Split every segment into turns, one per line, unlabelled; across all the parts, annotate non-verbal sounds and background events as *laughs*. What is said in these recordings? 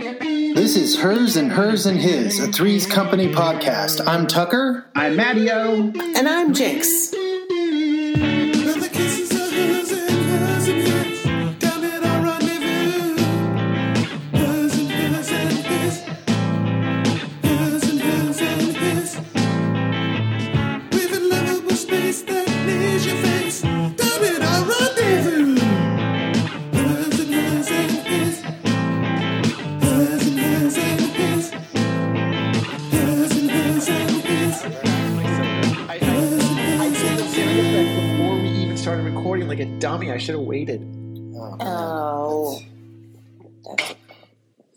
This is Hers and Hers and His, a Threes Company podcast. I'm Tucker.
I'm Mattio.
And I'm Jinx.
Before we even started recording, like a dummy, I should have waited.
Oh.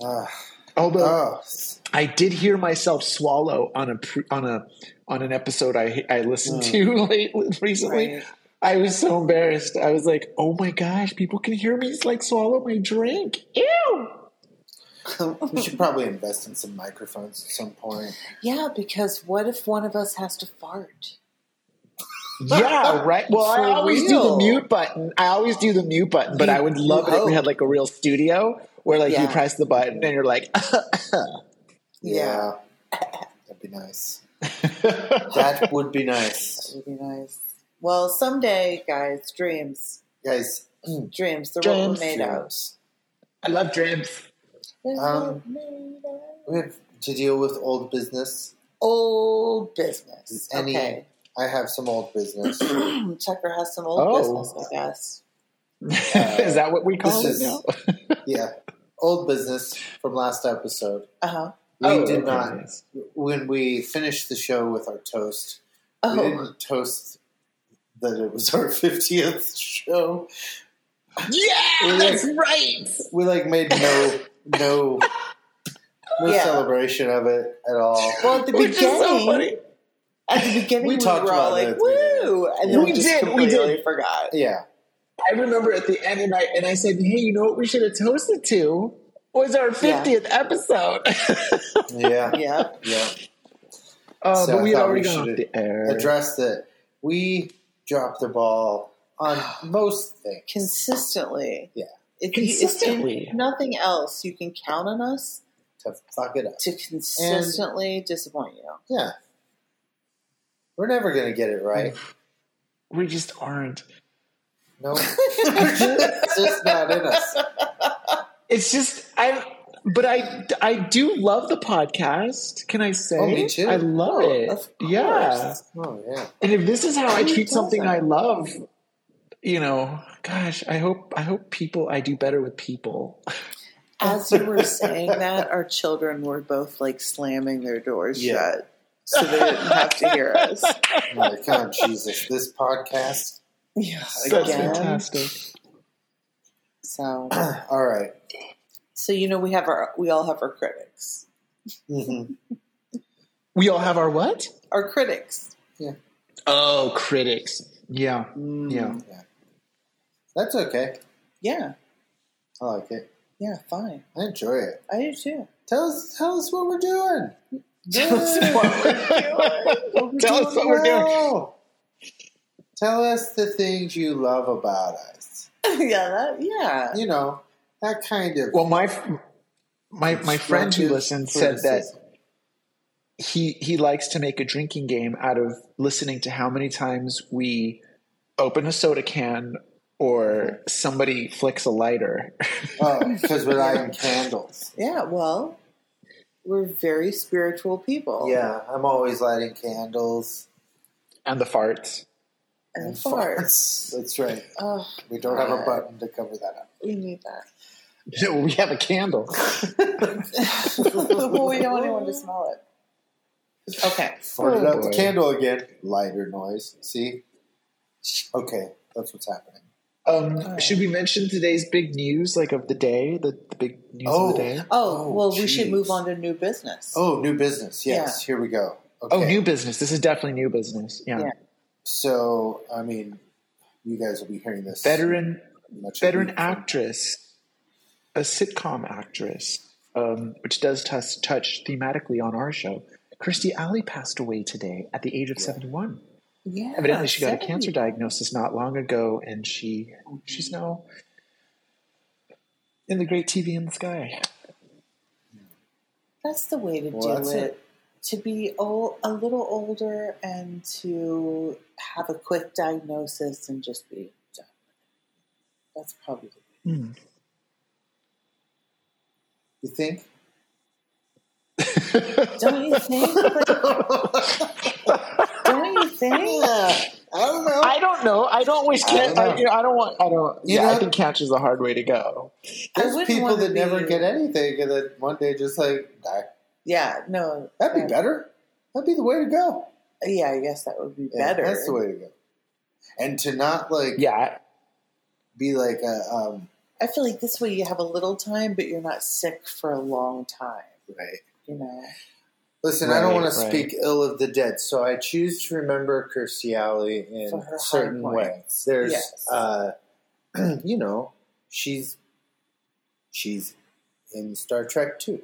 Ah,
Although
oh,
I did hear myself swallow on a pre- on a on an episode I I listened to *laughs* late recently.
Right.
I was so embarrassed. I was like, "Oh my gosh, people can hear me like swallow my drink." *laughs* Ew.
we should probably invest in some microphones at some point.
Yeah, because what if one of us has to fart?
Yeah, right. Well, I
For
always do the
real.
mute button. I always do the mute button, but
You-
I would love
you
it if we
hope.
had like a real studio where like you
Yeah.
press the button and you're like, *laughs*
Yeah. That'd be nice. That would be nice.
That would be nice. Well, someday, guys, dreams.
Guys,
Dreams. They're what
Dreams.
we're made out.
I love dreams.
They're
Um,
what we're made out.
we have to deal with old business.
Old business.
Any-
Okay.
I have some old
*laughs*
business.
*clears throat* Tucker has some old
Oh.
business, I guess.
*laughs* Is that what we call
this
it now?
yeah. Old business from last episode.
Uh huh.
We
Oh,
did
okay.
not, when we finished the show with our toast, We
Oh,
didn't toast that it was *laughs* our 50th show.
Yeah,
We
that's right.
We like made no no no
Yeah.
celebration of it at all.
well, at the
Which is
beginning,
so funny.
at the beginning,
We
we,
talked
were all
about it
like,
at the beginning.
"Woo!" and then
We
we, just
did, we did.
completely forgot.
Yeah.
I remember at the end, and I and I said, "Hey, you know what? We should have toasted to was our fiftieth episode." *laughs*
Yeah.
Yeah.
Yeah.
Uh,
So
but
I
we had
thought
already
we
gone off
should
the air.
Address that we dropped the ball on most things.
consistently.
Yeah.
If you- if
Consistently.
if nothing else, you can count on us
To fuck it up.
to consistently disappoint you.
Yeah. We're never gonna get it right.
we just aren't.
No. it's just not in us.
It's just I, but I I do love the podcast. Can I say?
Oh, me too.
I love
Oh,
it.
of
Yeah.
course.
Oh yeah.
And if this is how I
Who
treat something I
doesn't?
love, you know, gosh, I hope I hope people I do better with people.
As you were saying that, our children were both like slamming their doors
Yeah.
shut so they didn't have to hear us.
I'm Like, oh Jesus, this podcast.
Yeah,
That's
again.
fantastic.
So,
*clears throat* All right.
so you know, we have our we all have our critics.
Mhm.
We all have our what?
Our critics.
Oh, critics. Yeah. Yeah.
Yeah. That's okay.
Yeah.
I like it.
Yeah. Fine.
I enjoy it.
I do too.
Tell us, tell us what we're doing.
Tell us what
Tell us what we're doing.
well. Tell us the things you love about us.
*laughs* yeah. That, yeah.
You know that kind of.
Well, my my my friend who listened said that he he likes to make a drinking game out of listening to how many times we open a soda can or somebody flicks a lighter. *laughs*
because Oh, we're lighting candles.
Yeah, well, we're very spiritual people.
Yeah, I'm always lighting candles
and the farts. *laughs*
And farts.
That's right.
Oh,
We don't have a
God.
button to cover that up.
we need that.
No, we have a candle.
*laughs* well, we don't want anyone to smell it. Okay.
Farted
Oh,
out the
boy.
candle again. Lighter noise. See? Okay, that's what's happening.
Um, should we mention today's big news, like of the day, the, the big news of
Oh.
the day?
Oh,
Oh,
well, we should
jeez.
move on to new business.
Oh, new business. Yes, here we go. Okay.
Oh, new business. This is definitely new business. Yeah,
Yeah.
So, I mean, you guys will be hearing this.
veteran
much
veteran
of the-
actress, a sitcom actress, um, which does tus touch thematically on our show. Kirstie Alley passed away today at the age of seventy-one.
yeah.
Evidently, she got a
seventy.
cancer diagnosis not long ago, and she she's now in the great TV in the sky.
That's the way to
Well,
do
that's
it.
it.
To be old, a little older and to have a quick diagnosis and just be done. That's probably
Mm.
You think?
Don't
*laughs*
you think? Like, don't you think?
Yeah, I don't know.
I don't know. I don't wish.
I don't
Can- I,
know.
you know, I don't want. I don't.
You
yeah,
know-
I think catch is the hard way to go.
I
There's
wouldn't
people
wanna
that never
be-
get anything and then one day just like die.
Yeah, no.
That'd be
yeah.
better. That'd be the way to go.
Yeah, I guess that would be
Yeah,
better.
That's the way to go. And to not like
Yeah,
be like a um,
I feel like this way you have a little time, but you're not sick for a long time.
right.
You know,
Listen, I don't
Right,
want to
right.
speak ill of the dead, so I choose to remember Kirstie Alley in
For her
a
high
certain way.
points.
There's,
Yes.
uh, *clears throat* you know, she's she's in Star Trek too.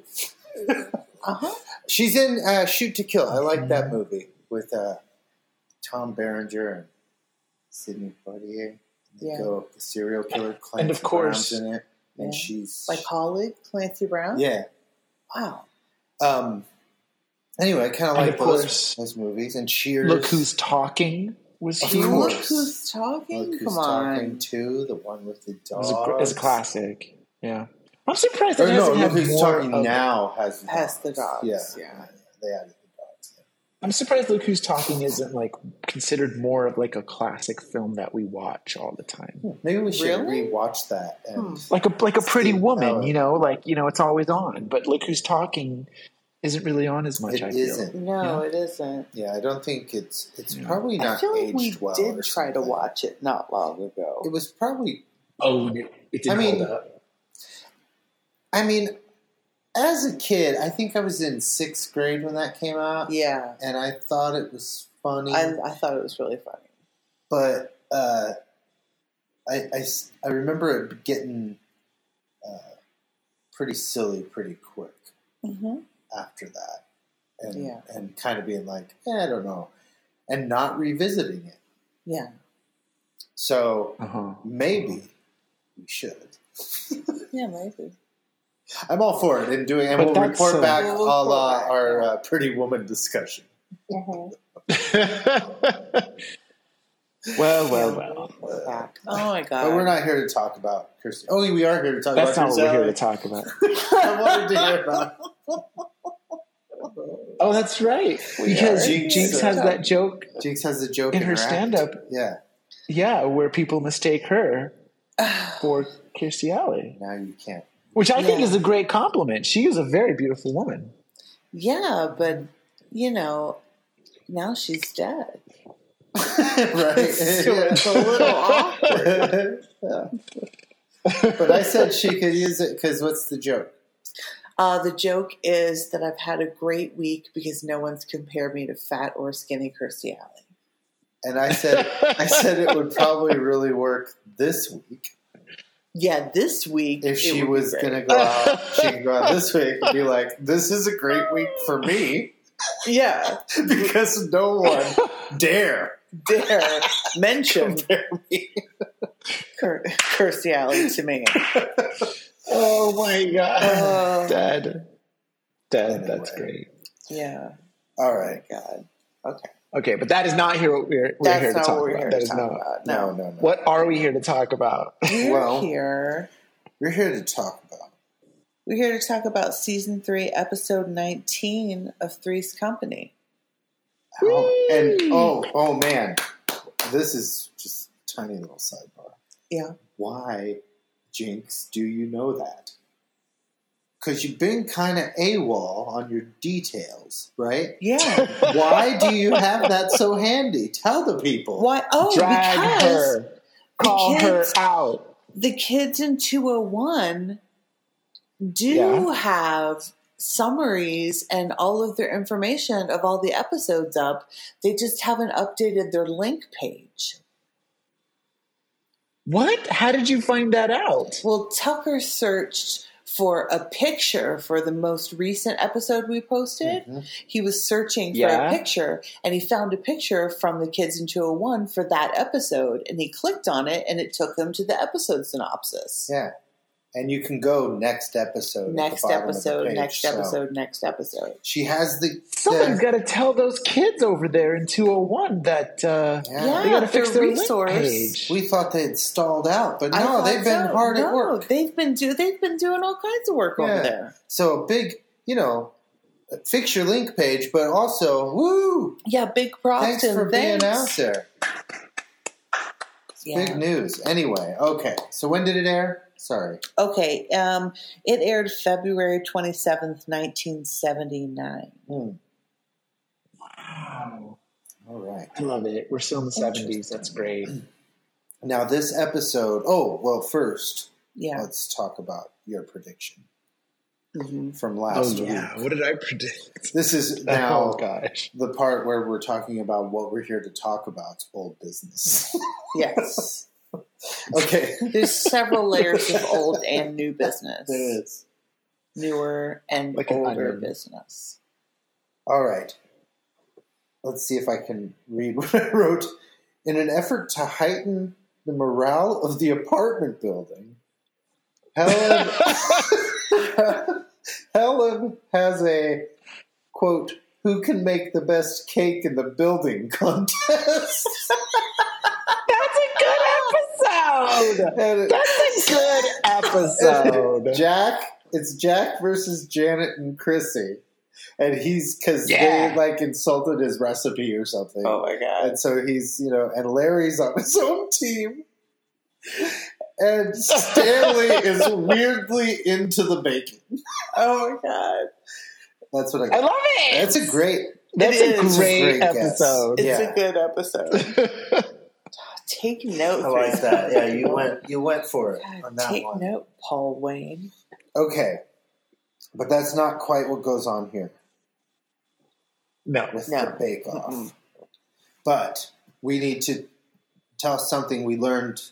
uh huh.
She's in uh, Shoot to Kill. I like
Mm-hmm.
that movie with uh, Tom Berenger and Sidney Poitier. They
Yeah.
Go the serial killer Clancy
And of course-
Brown's in it, and
Yeah.
she's
My colleague Clancy Brown.
yeah.
Wow.
Um, anyway, I kind of
And
like
of
those,
course-
those movies and Cheers.
look who's talking was
Of
huge.
course.
Look who's talking.
Look who's
Come on.
talking too. The one with the
It
dog.
was a, gr- it was a classic. Yeah, I'm surprised.
Oh, Or
it
no,
hasn't
look
had
who's
more
talking
of-
now has the
Has the dogs,
Yeah,
yeah.
they added the dogs.
I'm surprised Look Who's Talking isn't like considered more of like a classic film that we watch all the time.
Maybe we should
Really?
rewatch that. And
Like a like a pretty
Steve
woman,
Allen.
you know, like you know, it's always on. But Look Who's Talking isn't really on as much.
it
I
isn't.
No, it isn't.
Yeah, I don't think it's. It's
Yeah.
probably
I
not
feel like
aged
we
well. or
did try to
something.
watch it not long ago.
It was probably.
feel. Oh, it didn't
I mean-
hold up.
I mean, as a kid, I think I was in sixth grade when that came out,
yeah,
and I thought it was funny.
I, I thought it was really funny.
but uh, I, I s- I remember it getting uh, pretty silly pretty quick
Mm-hmm.
after that, and
Yeah.
and kind of being like, eh, I don't know, and not revisiting it.
Yeah,
So
Uh-huh.
maybe we should.
yeah, maybe.
I'm all for it in doing, and
But
we'll
that's,
report
uh,
back a
We'll report
la
back,
our
yeah.
uh, Pretty Woman
*laughs*
discussion.
well, well, well.
Back. Oh my
*laughs*
god!
But we're not here to talk about Kirsty. Oh, we are here to talk
That's not
about
what
Kirstie
we're here
Alley.
to
*laughs*
talk about.
I wanted to hear
*laughs*
about.
Oh, that's right. because
are here
Jinx,
to
has
talk.
that joke
Jinx has a joke
in her
act.
stand-up.
Yeah.
Yeah, where people
*sighs*
mistake her for Kirstie Alley,
Now you
*laughs*
can't.
which I think
Yeah.
is a great compliment. She is a very beautiful woman.
yeah, but you know, now she's dead.
right?
So it's a little awkward.
Yeah. *laughs* But I said she could use it because what's the joke?
Uh, the joke is that I've had a great week because no one's compared me to fat or skinny Kirstie Alley.
And I said, I said it would probably really work this week
Yeah, this week
if she
it would be
was
great.
going to go
*laughs*
out. She can go out this week and be like, "This is a great week for me *laughs*
yeah
because no one dare."
dare
*laughs*
mention Kir- Kirstie Alley to me.
Oh my god, Uh,
Oh.
dead, dead. That's
Anyway.
great.
Yeah,
All
oh my
right.
God,
Okay, but that is not here. What we're, we're
that's
here to
not
talk
what we're
about.
here
That
to
is
talk
not.
about.
No,
No,
no, no.
What are we here to talk about? *laughs*
we're
Well-
here.
We're here to talk about.
We're here to talk about season three, episode nineteen of Three's Company.
Oh, and oh, oh man, this is just a tiny little sidebar.
Yeah.
Why, Jinx, do you know that? Because you've been kind of AWOL on your details, right?
Yeah.
*laughs*
Why do you have that so handy? Tell the people.
Why? Oh,
Drag
because
her, call her
kids-
out.
the kids in 201 do
Yeah.
have summaries and all of their information of all the episodes up. They just haven't updated their link page.
What? How did you find that out?
Well, Tucker searched for a picture for the most recent episode we posted.
Mhm.
He was searching for
Yeah.
a picture and he found a picture from the kids in 201 for that episode and he clicked on it and it took him to the episode synopsis.
Yeah. And you can go next episode. at the
Next
bottom of the
episode,
page,
next
so.
episode, next episode.
She has the.
Someone's
the-
got to tell those kids over there in 201 that uh,
Yeah.
they got to
Yeah,
fix
their
their
resource.
resource. page.
We thought they'd stalled out, but
I
no,
thought
they've been
so.
hard at
No,
work.
They've been do they've been doing all kinds of work
Yeah.
over there.
So a big, you know, fix your link page, but also, woo!
Yeah, big props
Thanks
and
for being
thanks.
out there.
Yeah.
Big news. Anyway, okay. So when did it air? Sorry.
Okay, um, it aired February twenty seventh, nineteen seventy nine.
Hmm.
Wow.
All right.
I love it. We're still in the 70s. That's great.
Now this episode. Oh well, first
Yeah,
let's talk about your prediction
Mhm.
from last week.
What did I predict?
This is
Oh,
now
gosh.
the part where we're talking about what we're here to talk about: old business. *laughs*
yes.
okay.
*laughs* There's several layers of old and new business,
There is.
newer and
Like an
older
onion.
*laughs* business.
All right. Let's see if I can read *laughs* what I wrote. In an effort to heighten the morale of the apartment building, Helen, *laughs* Helen has a quote, who can make the best cake in the building *laughs* contest?
That's a good
*laughs*
episode.
And it-
That's a good episode.
Jack, it's Jack versus Janet and Chrissy. And he's because
Yeah. Oh.
they like insulted his recipe or something.
Oh my god!
And so he's, you know, and Larry's on his own team. And
*laughs*
Stanley is weirdly into the baking.
Oh my god!
That's what I
I
got.
love it.
That's a great,
That's
It
a
is.
great,
Great guess.
episode.
It's
Yeah.
a good episode. *laughs* Take note.
I like that. Yeah, you went, you went for it
God,
on that
take
one.
note, Paul Wayne.
Okay, but that's not quite what goes on here
No.
with
No.
the Bake Off.
Mm-mm.
But we need to tell something we learned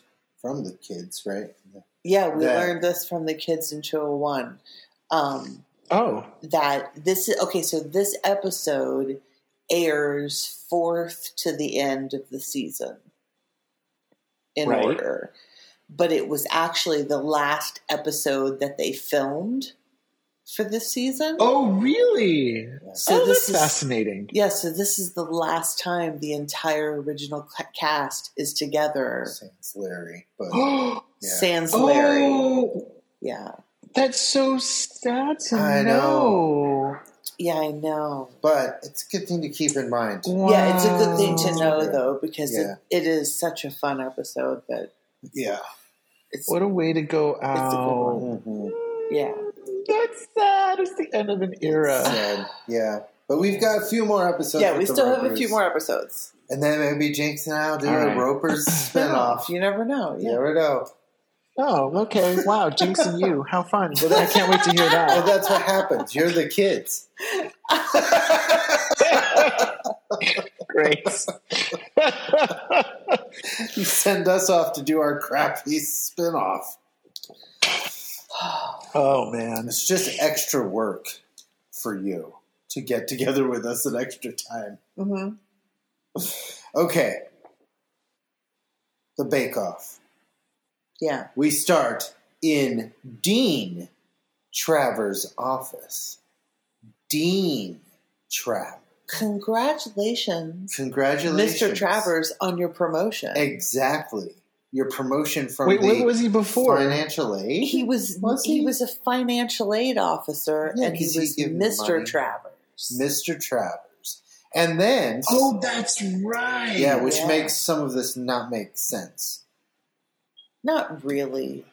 from the kids, right?
Yeah, we
That-
learned this from the kids in 201. Um,
Oh.
that this is okay, so this episode airs fourth to the end of the season in
Right.
order. But it was actually the last episode that they filmed for this season.
Oh, really?
So
oh,
this
that's
is-
fascinating.
Yeah, so this is the last time the entire original ca- cast is together.
Sans Larry,
*gasps*
but
*gasps* oh,
Yeah.
Sans Larry. Yeah.
that's so sad to
I
know.
Yeah, I know.
but it's a good thing to keep in mind.
Yeah, it's a good thing to
Wow.
know though, because
Yeah.
it, it is such a fun episode that
Yeah.
it's
What a way to go out.
a good one.
Mm-hmm.
hmm
Yeah.
That's sad. It's the end of an era.
Sad. Yeah. But we've got a few more episodes.
yeah,
with
we
the
still have a
Ropers.
few more episodes.
And then maybe Jinx and I'll do
All
a
right.
*laughs*
Roper's spinoff.
You never know.
You
Yeah.
never know.
Oh, okay. Wow, Jinx and you. How fun. Well, I can't wait to hear
Well,
*laughs*
that.
that's what happens. You're the kids.
Great.
You send us off to do our crappy spinoff.
*laughs* oh, man.
It's just extra work for you to get together with us an extra time.
hmm
Okay. The Bake Off.
Yeah.
We start in Dean Travers' office. Dean Travers.
Congratulations,
Congratulations.
Mr. Travers, on your promotion.
Exactly. Your promotion from
Wait,
the
what was he before?
financial aid?
He was,
Was
he?
he?
was a financial aid officer,
Yeah,
and he
'cause he
was
gave him
Mr.
money.
Travers.
Mr. Travers. And then
Oh, that's right.
Yeah, which
yeah.
makes some of this not make sense.
Not really.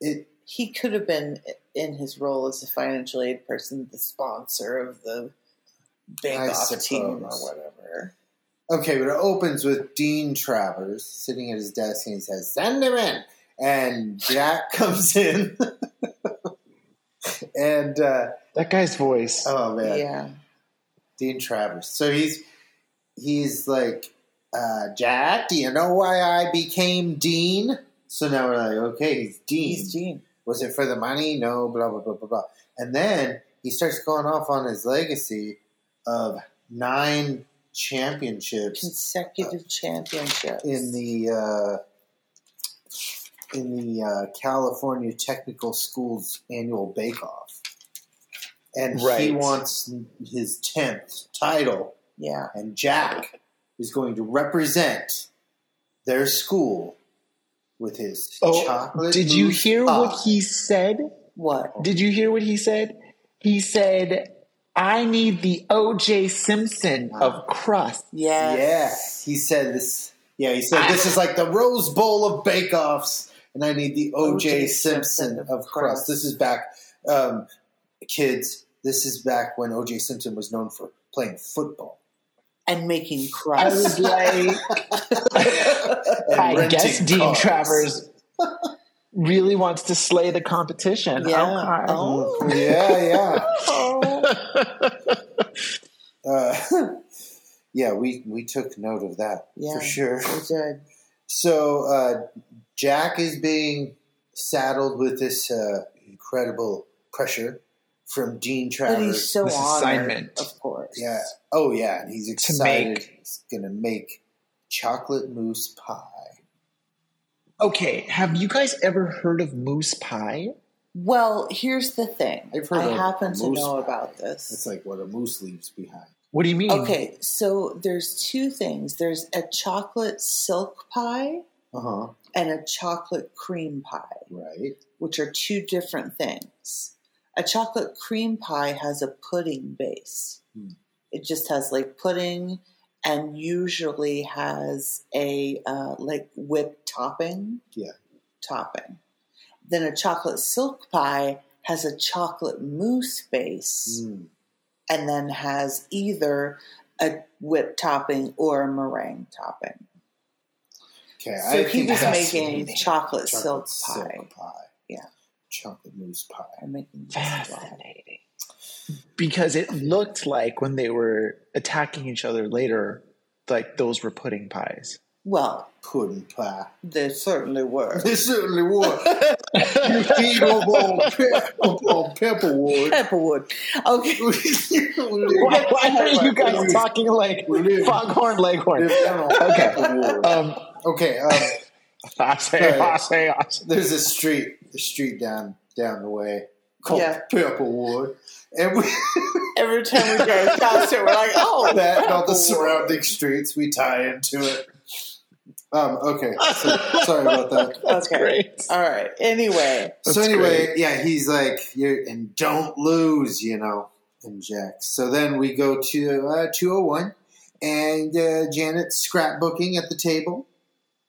It
He could have been in his role as a financial aid person, the sponsor of the
I
bake off team or
suppose.
whatever.
okay, but it opens with Dean Travers sitting at his desk and he says, Send him in and Jack *laughs* comes in and uh,
that guy's voice.
oh man.
yeah.
Dean Travers. So he's he's like, uh, Jack, do you know why I became Dean? So now we're like, okay, he's Dean.
He's Gene.
Was it for the money? No, blah blah blah blah blah. And then he starts going off on his legacy of nine championships
consecutive championships
in the uh, in the uh, California Technical School's annual Bake Off, and he
Right.
wants his tenth title.
Yeah.
And Jack is going to represent their school with his
Oh,
chocolate.
did you
mousse Ah.
hear
pie.
what he said?
What?
Oh.
Did you hear what he said? He said, "I need the O.J. Simpson of crust."
Yes.
Yeah, he said this. Yeah, he said this is like the Rose Bowl of Bake Offs, and I need the
Oh,
O.J.
O.J.
Simpson of crust. This is back, um, kids. This is back when O.J. Simpson was known for playing football
*laughs*
*laughs*
And making
I
crust.
was like,
and
I
renting
guess Dean
cars.
Travers really wants to slay the competition.
Yeah.
Okay.
Oh.
Yeah,
Oh.
yeah, uh, *laughs* yeah. We we took note of that
Yeah.
for sure.
We did.
So uh, Jack is being saddled with this uh, incredible pressure from Dean Travers.
But he's so
This
honored,
assignment.
of course.
Yeah. Oh, yeah. And he's excited.
make-
He's going to make chocolate mousse pie.
*laughs* Okay, have you guys ever heard of moose pie?
Well, here's the thing.
I've heard
I
of
happen to
moose
know
pie.
about this.
That's like what a moose leaves behind.
What do you mean?
Okay, so there's two things. There's a chocolate silk pie
Uh huh.
and a chocolate cream pie,
Right.
which are two different things. A chocolate cream pie has a pudding base.
Hmm.
It just has like pudding and usually has a uh, like whipped topping.
Yeah.
Topping. Then a chocolate silk pie has a chocolate mousse base
Mm.
and then has either a whipped topping or a meringue topping.
Okay.
So
I
he
think
was
that's
making chocolate, silk,
chocolate
pie. Yeah.
Chocolate mousse pie.
I'm making this up.
Fascinating. Because it looked like when they were attacking each other later, like those were pudding pies.
Well,
Pudding pie.
they
*laughs*
certainly were. *laughs*
They certainly were. you feed up on, pe- up on Pepperwood.
Pepperwood.
*laughs*
Okay.
Why, why are you guys talking like
We live-
foghorn leghorn?
Okay.
Okay. Um,
Okay. Um,
I say, I say, I say.
there's a street, a street down down the way called
Yeah.
Pepperwood, and we
Every time we drove past it, we're like,
*laughs*
oh,
that and all the
Pepperwood.
surrounding streets we tie into it. Um, okay, so, sorry about that.
That's
great.
All right. Anyway,
so
That's
anyway, yeah, he's like, You're, and don't lose, you know, and Jack. So then we go to uh, 201, and uh, Janet's scrapbooking at the table.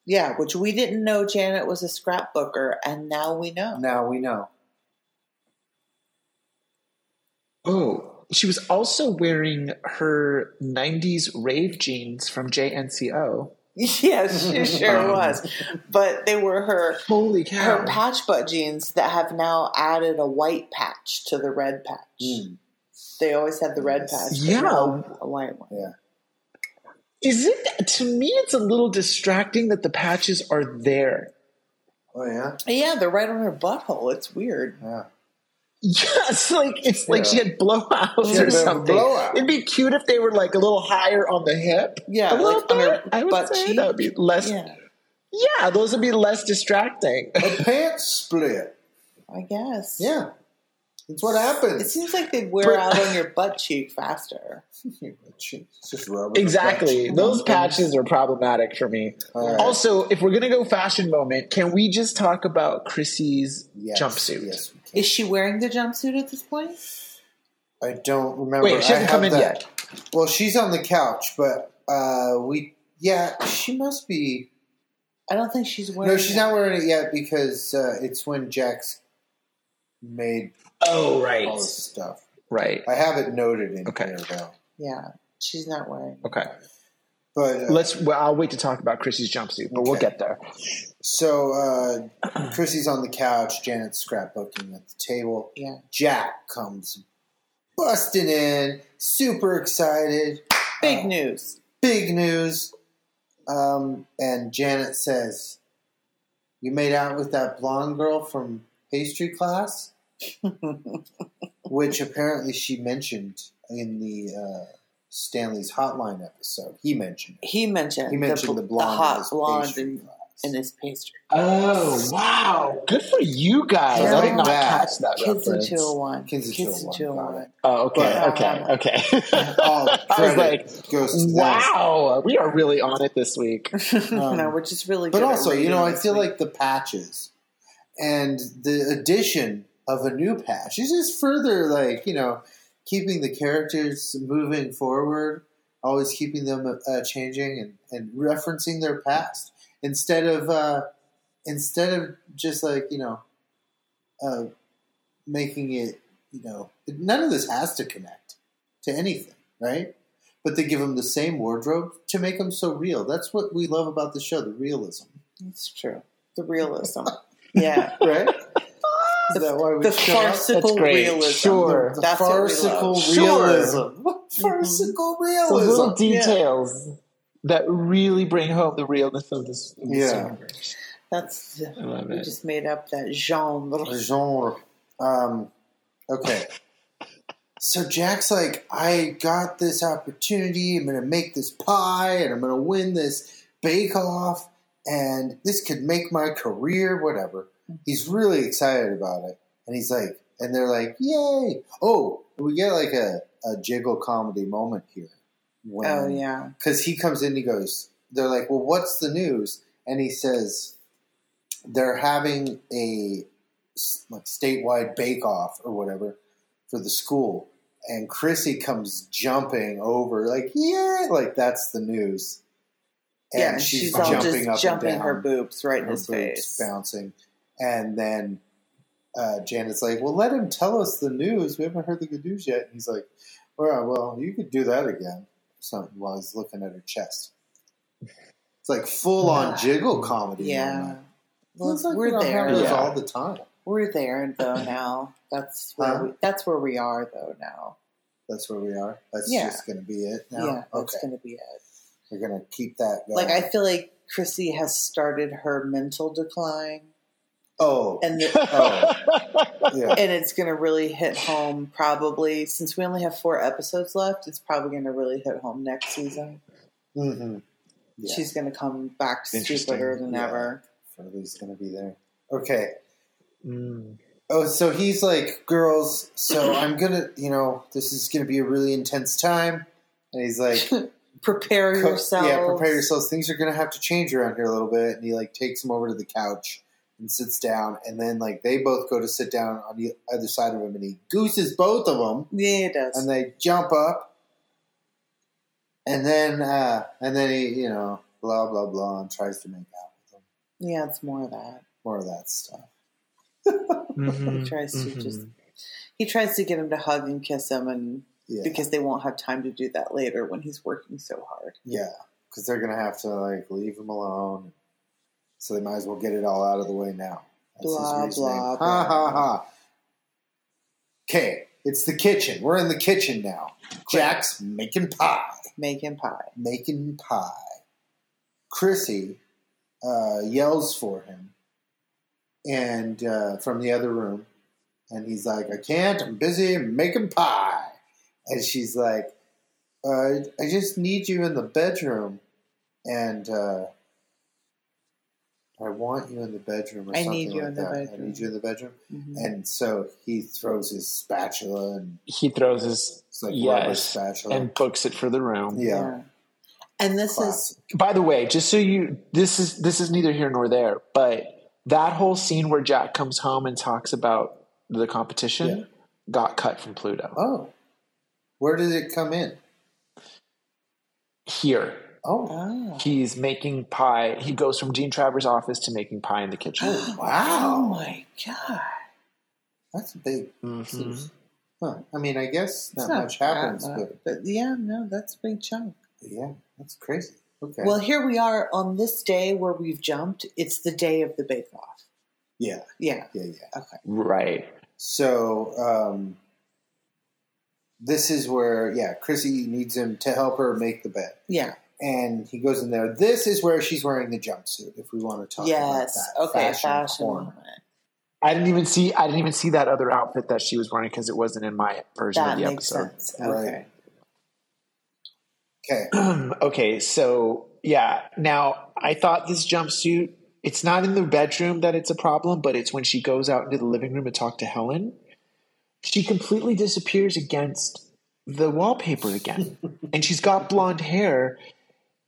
yeah, which we didn't know Janet was a scrapbooker, and now we know. *laughs*
Now we know.
Oh, she was also wearing her 90s rave jeans from JNCO.
Yeah, she
Um,
sure was. But they were her
Holy cow.
her patch butt jeans that have now added a white patch to the red patch.
Mm.
They always had the red patch. but
Hmm. Yeah.
now a white one.
Is it to me? It's a little distracting that the patches are there. *laughs*
Oh yeah,
Yeah, they're right on her butthole. It's weird.
yeah.
Yes, like it's like she
Yeah.
had blowouts
She had a bit of
or
a
something.
blowout.
It'd be cute if they were like a little higher on the hip.
Yeah,
a little
like on her
bit. I would
butt
say
cheek.
that would be less. Yeah.
Yeah,
those would be less distracting.
A pants split.
I guess.
Yeah, that's what
It
happens.
seems like they wear
But-
out
*laughs*
on your butt cheek faster.
It's just rubber.
exactly, those
Mhm.
patches are problematic for me.
All right.
Also, if we're gonna go fashion moment, can we just talk about Chrissy's
Yes,
jumpsuit?
Yes, we can.
Is she wearing the jumpsuit at this point?
I don't remember.
Wait, she
I
hasn't
have
come in
that.
yet.
Well, she's on the couch, but uh, we yeah, she must be.
I don't think she's wearing.
No, she's
it.
not wearing it yet because uh, it's when Jack's made
Oh, right,
all this stuff.
right.
I have it noted in
Okay.
here though.
Yeah, she's not wearing. it.
Okay.
But uh,
Let's. Well, I'll wait to talk about Chrissy's jumpsuit, but we'll
Okay.
get there.
so uh, *clears throat* Chrissy's on the couch. Janet's scrapbooking at the table.
Yeah,
Jack comes busting in, super excited.
big
Uh,
news.
Big news. Um, and Janet says, You made out with that blonde girl from pastry class? Which apparently she mentioned in the uh, Stanley's Hotline episode. He mentioned it.
He mentioned
He mentioned the,
bl-
blonde.
hot
as
blonde,
pastry
and
class.
in his pastry.
Oh wow! Good for you guys.
Yeah.
I did not
Bad.
catch that
Kids in
reference.
201.
Kids in 201, got
Oh, okay,
But-
okay, okay. *laughs*
All
I was
Oh, credit
like,
goes to them.
wow, we are really on it this week.
*laughs*
Um,
no, which is really
But
good at
also, you
reading
know, I
this
feel
week.
like the patches and the addition of a new patch is just further like, you know, keeping the characters moving forward, always keeping them uh, changing and, and referencing their past instead of uh, instead of just like, you know, uh, making it, you know, none of this has to connect to anything, right? But they give them the same wardrobe to make them so real. That's what we love about the show, the realism,
It's true.
*laughs*
The realism. Yeah. *laughs*
right?
The,
Is that why we
the
show up?
farcical
That's great.
realism.
Sure.
That's what we
farcical
love.
Sure. *laughs*
realism. Farcical
The little
realism.
details that really bring home the realness of this, of this
Yeah.
universe.
That's
I love
we
it.
just made up that genre.
Genre. Um, okay. So Jack's like, I got this opportunity. I'm going to make this pie and I'm going to win this bake off. And this could make my career, whatever. He's really excited about it. And he's like, and they're like, yay. Oh, we get like a, a jiggle comedy moment here. When,
Oh yeah.
because he comes in and he goes, they're like, well, what's the news? And he says, they're having a s- like statewide bake off or whatever for the school. And Chrissy comes jumping over, like, yeah, like that's the news. And
yeah, and she's, all just jumping her boobs right in
her
his
boobs
face.
bouncing. And then uh, Janet's like, well, let him tell us the news. We haven't heard the good news yet. And he's like, well, well, you could do that again. Something while he's looking at her chest. It's like full on jiggle comedy.
Yeah.
moment.
Well,
Looks like we
we're
don't
there.
have those
Yeah.
all the time.
*laughs* We're there though now. That's where
Huh?
we, that's where we are though now.
That's where we are. That's
Yeah.
just going to be it. Now?
Yeah, that's
okay.
gonna be it.
We're going to keep that going.
Like I feel like Chrissy has started her mental decline,
oh,
and the,
*laughs* oh,
*laughs*
yeah.
and it's going to really hit home probably since we only have four episodes left it's probably going to really hit home next season
hmm Yeah.
she's going to come back
Interesting.
stupider than
Yeah.
ever
Furby's going to be there. Okay.
Mm.
Oh, so he's like, girls, so I'm gonna, you know, this is gonna be a really intense time. And he's like,
prepare
"Co-
yourself
yeah, prepare yourselves. Things are gonna have to change around here a little bit. And he like takes him over to the couch and sits down. And then like they both go to sit down on the other side of him, and he gooses both of them,
yeah it does
and they jump up. And then, uh, and then he, you know, blah blah blah, and tries to make out with him.
yeah it's more of that
More of that stuff.
Mhm,
Mm,
he tries to
mhm.
just
mm-hmm.
he tries to get him to hug and kiss him and
Yeah.
because they won't have time to do that later when he's working so hard
Yeah, because they're gonna have to like leave him alone, so they might as well get it all out of the way now.
Blah,
reasoning.
blah,
ha ha
blah.
ha. Okay, it's the kitchen. We're in the kitchen now. Jack's making pie,
make him pie
making pie. Chrissy uh, yells for him, and uh, from the other room, and he's like, "I can't. I'm busy making pie." And she's like, uh, "I just need you in the bedroom, and uh, I want you in the bedroom." Or
I
something
need you
like
in the
that. I
bedroom.
need you in the bedroom.
Mhm.
And so he throws his spatula and
He throws his
it's like rubber
yes
spatula.
and books it for the room.
yeah,
and this
Classic.
is
By the way, just so you this is this is neither here nor there, but that whole scene where Jack comes home and talks about the competition
Yeah.
got cut from Pluto.
Oh, where did it come in?
Here.
Oh,
oh,
He's making pie. He goes from Gene Travers' office to making pie in the kitchen.
oh
*gasps* wow,
my god
that's a big.
Mhm.
Huh. I mean, I guess not,
Mm-hmm. It's not
much
that
happens,
much,
but
but yeah, no, that's a big chunk.
yeah, that's crazy. Okay.
Well, here we are on this day where we've jumped. It's the day of the bake off.
yeah,
Yeah.
yeah, yeah.
Okay.
Right.
So um, this is where, yeah, Chrissy needs him to help her make the bed,
Yeah.
and he goes in there. This is where she's wearing the jumpsuit. If we want to talk
yes.
about that,
okay. Fashion,
corner.
moment.
I didn't even see I didn't even see that other outfit that she was wearing because it wasn't in my version
That
of the
makes
episode.
sense.
Right.
Okay.
Okay,
*clears throat* okay, so yeah. Now I thought this jumpsuit it's not in the bedroom that it's a problem, but it's when she goes out into the living room to talk to Helen. She completely disappears against the wallpaper again. and she's got blonde hair.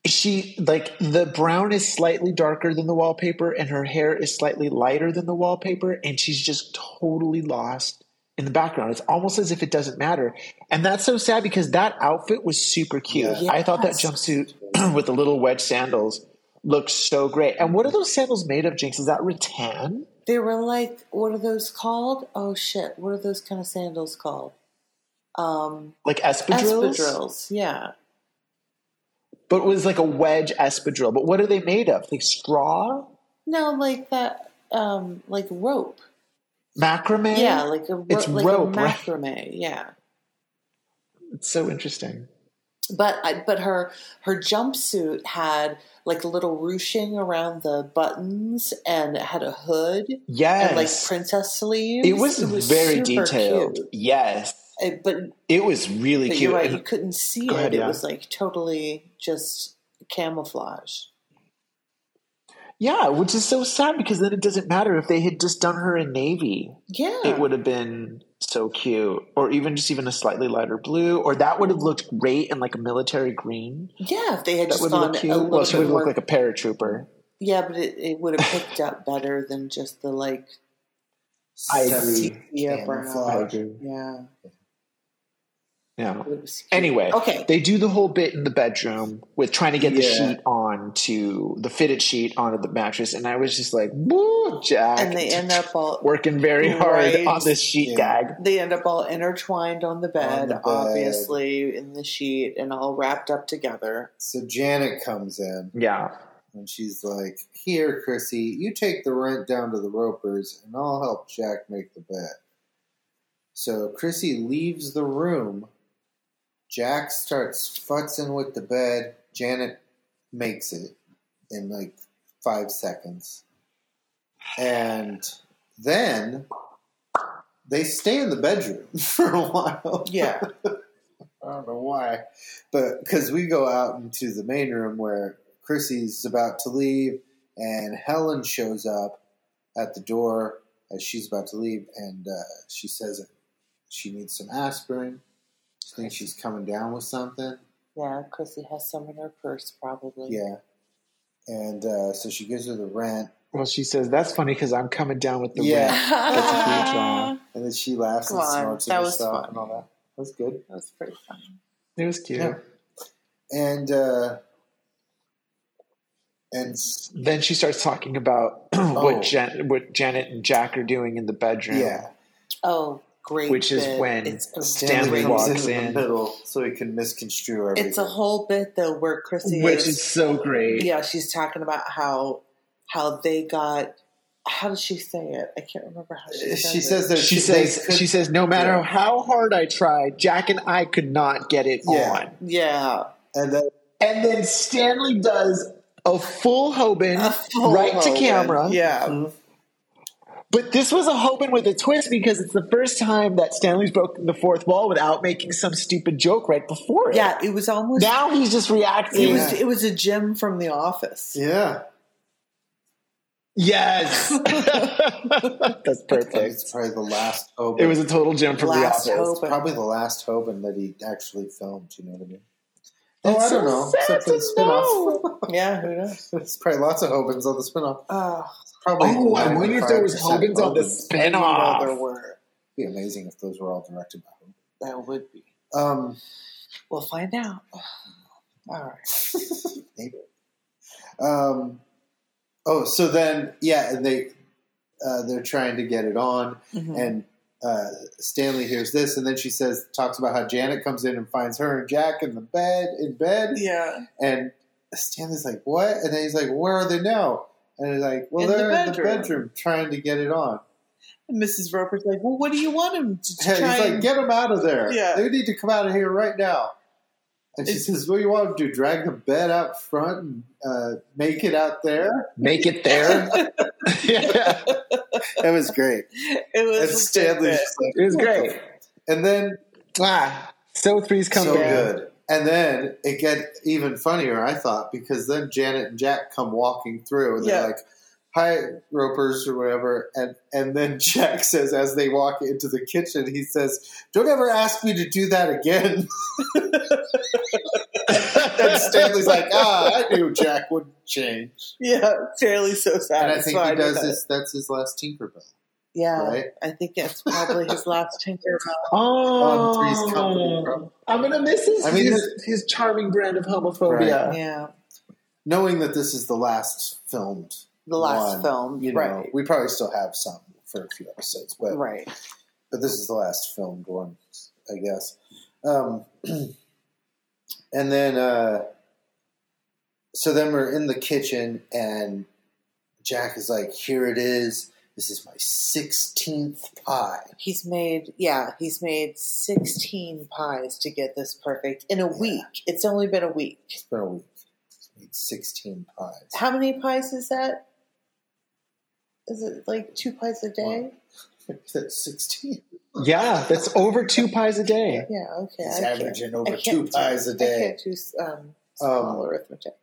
She like the brown is slightly darker than the wallpaper and her hair is slightly lighter than the wallpaper and she's just totally lost in the background. It's almost as if it doesn't matter. And that's so sad because that outfit was super cute.
Yeah.
I thought that
Yes.
jumpsuit *clears throat* with the little wedge sandals looked so great. And what are those sandals made of, Jinx? Is that rattan?
They were like, what are those called? Oh shit, what are those kind of sandals called? Um,
Like espadrilles?
espadrilles. Yeah,
But it was like a wedge espadrille. But what are they made of? Like straw?
no, like that, um, like rope.
Macrame?
Yeah, like a ro-
It's
like
rope,
a
right?
macrame. Yeah,
It's so interesting.
but I, but her her jumpsuit had like a little ruching around the buttons, and it had a hood and like
Yes.
princess sleeves.
it was, very
super
detailed.
cute.
Yes.
Uh, but
It was really
but
cute.
you're right,
And
you couldn't see
Go
it.
ahead,
it
yeah.
was like totally just camouflage.
Yeah, which is so sad because then it doesn't matter if they had just done her in navy.
Yeah,
It would have been so cute, or even just even a slightly lighter blue, or that would have looked great in like a military green.
yeah. If they had
That
just
would look
gone
cute.
a little
Well, she would
bit
have
more,
looked like a paratrooper.
yeah, but it, it would have picked up better than just the like
*laughs* I agree.
sepia
I
brown.
Camouflage.
agree.
Yeah,
Yeah.
it was cute.
Anyway,
okay,
they do the whole bit in the bedroom with trying to get the
Yeah.
sheet on to the fitted sheet onto the mattress, and I was just like, "Woo, Jack!"
and they end up all
working very hard
Right.
on this sheet
Yeah.
gag.
they end up all intertwined on the bed,
On the bed.
obviously in the sheet, and all wrapped up together.
So Janet comes in
Yeah.
and she's like, "Here, Chrissy, you take the rent down to the Ropers, and I'll help Jack make the bed." So Chrissy leaves the room. Jack starts futzing with the bed. Janet makes it in like five seconds, and then they stay in the bedroom *laughs* for a while.
Yeah,
I don't know why, but because we go out into the main room where Chrissy's about to leave, and Helen shows up at the door as she's about to leave, and uh, she says she needs some aspirin. She thinks she's coming down with something.
*laughs* yeah. Chrissy has some in her purse, probably.
Yeah, and uh, so she gives her the rent,
Well, she says that's funny because I'm coming down with the
Yeah.
rent. That's a
*laughs*
huge laugh.
and then she laughs
Come
and
on,
snorts
that
at
was
herself
fun.
and all that. That was good.
That was pretty funny.
It was cute.
Yeah. And uh, and s-
Then she starts talking about *clears throat*
Oh.
what Jan- what Janet and Jack are doing in the bedroom.
yeah,
Oh, great!
Which is
bit.
when
it's a
Stanley
Stanley
great
comes
bit.
walks
in in
in.
the middle so he can misconstrue everything.
It's a whole bit though where Chrissy
which
is,
is so great.
yeah, she's talking about how how they got how does she say it? I can't remember how she says
she
it.
says that
She
they
says
could-
she says no matter
Yeah.
how hard I tried, Jack and I could not get it
Yeah.
on.
Yeah. *laughs*
and then
And then Stanley does a full Hoban
A full
right
Hoban,
to camera.
Yeah.
Mm-hmm.
But this was a Hoban with a twist because it's the first time that Stanley's broken the fourth wall without making some stupid joke right before it.
Yeah, it was almost
Now he's just
it
reacting.
Yeah.
was it was a Jim from the office.
yeah,
*laughs*
*laughs*
Yes. That's
and it's
perfect.
probably the last Hoban.
It was a total gem from
Last
the office.
Hoban.
probably the last Hoban that he actually filmed. You know what I mean? oh,
That's
I
so
don't know.
sad
Except for
to
the spinoff.
know.
Yeah, who knows?
There's probably lots of Hobans on the spinoff.
Oh,
Probably.
Oh, I wonder if there was
95%
Hoban's on the
It'd
you know there
spinoff.
were.
be amazing if those were all directed by Hoban.
That would be.
Um,
We'll find out. *sighs* All right.
maybe. Um, oh, so then yeah, and they uh, they're trying to get it on,
Mhm.
and uh, Stanley hears this, and then she says talks about how Janet comes in and finds her and Jack in the bed in bed,
Yeah.
and Stanley's like, "What?" And then he's like, "Where are they now?" And he's like, "Well,
In the
they're in the
bedroom."
bedroom trying to get it on."
And Mrs. Roper's like, well, what do you want him to
And *laughs*
try?
he's like,
and-
"Get them out of there!
Yeah.
They need to come out of here right now." And she
It's-
says, "What do you want them to do? Drag the bed out front and uh, make it out
*laughs*
there?"
Make it there. *laughs* yeah.
That was great.
*laughs* it was
And
a good
Stanley's
bit.
just like,
It was
"What the
great.
And then
Ah, so three's
so
company.
good. And then it get even funnier, I thought, because then Janet and Jack come walking through, and they're
Yeah.
like, hi ropers or whatever and and then *laughs* jack says as they walk into the kitchen he says don't ever ask me to do that again *laughs* and stanley's like ah i knew jack wouldn't change
Yeah, fairly so sad.
and i think he does this that's his last tinkerbell
Yeah,
right
I think it's probably his last
*laughs*
Tinkerbell.
Oh,
On Three's Company, bro.
I'm gonna miss his,
I mean,
his, his charming brand of homophobia.
Yeah,
knowing that this is the last filmed
the last
one,
film.
you know
right,
we probably still have some for a few episodes but
right.
but this is the last filmed one, I guess. Um, *clears throat* and then, uh, so then we're in the kitchen, and Jack is like, "Here it is. This is my sixteenth pie."
He's made, yeah, he's made 16 pies to get this perfect in a
Yeah.
week. It's only been a week.
It's been a week. He's made sixteen pies. *laughs*
How many pies is that? Is it like two pies a day?
That's sixteen.
Yeah. that's over two pies a day. *laughs*
Yeah, okay.
He's
I can't-
averaging
I
over
can't
two
do-
pies a
I
day.
can't do um,
Um,
small arithmetic.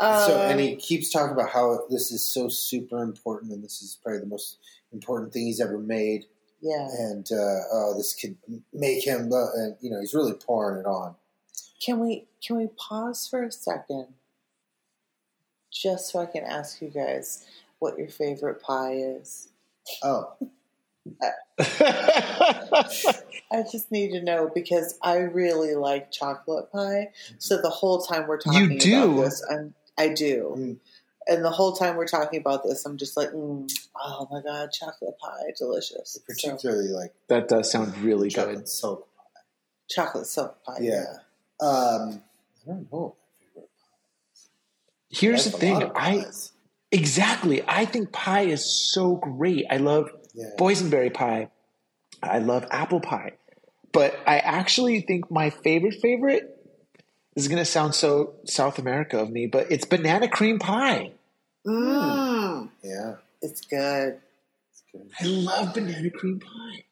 so
Um,
and he keeps talking about how this is so super important, and this is probably the most important thing he's ever made.
yeah.
and uh, oh, this could make him. Uh, and you know, he's really pouring it on.
Can we can we pause for a second, just so I can ask you guys what your favorite pie is?
Oh,
I just need to know because I really like chocolate pie.
Mm-hmm.
So the whole time we're
You
talking
do?
about this, I'm I do,
Mm.
and the whole time we're talking about this, I'm just like, mm, oh my god, chocolate pie, delicious. So,
particularly like
that does sound really good.
chocolate silk.
chocolate silk pie.
Yeah. Um, I don't know.
Here's
That's
the
a
thing.
lot of
I
pies.
exactly. I think pie is so great. I love
Yeah.
boysenberry pie. I love apple pie. But I actually think my favorite favorite this is going to sound so South America of me, but it's banana cream pie.
Mm,
yeah.
it's good.
It's good.
I love banana cream pie.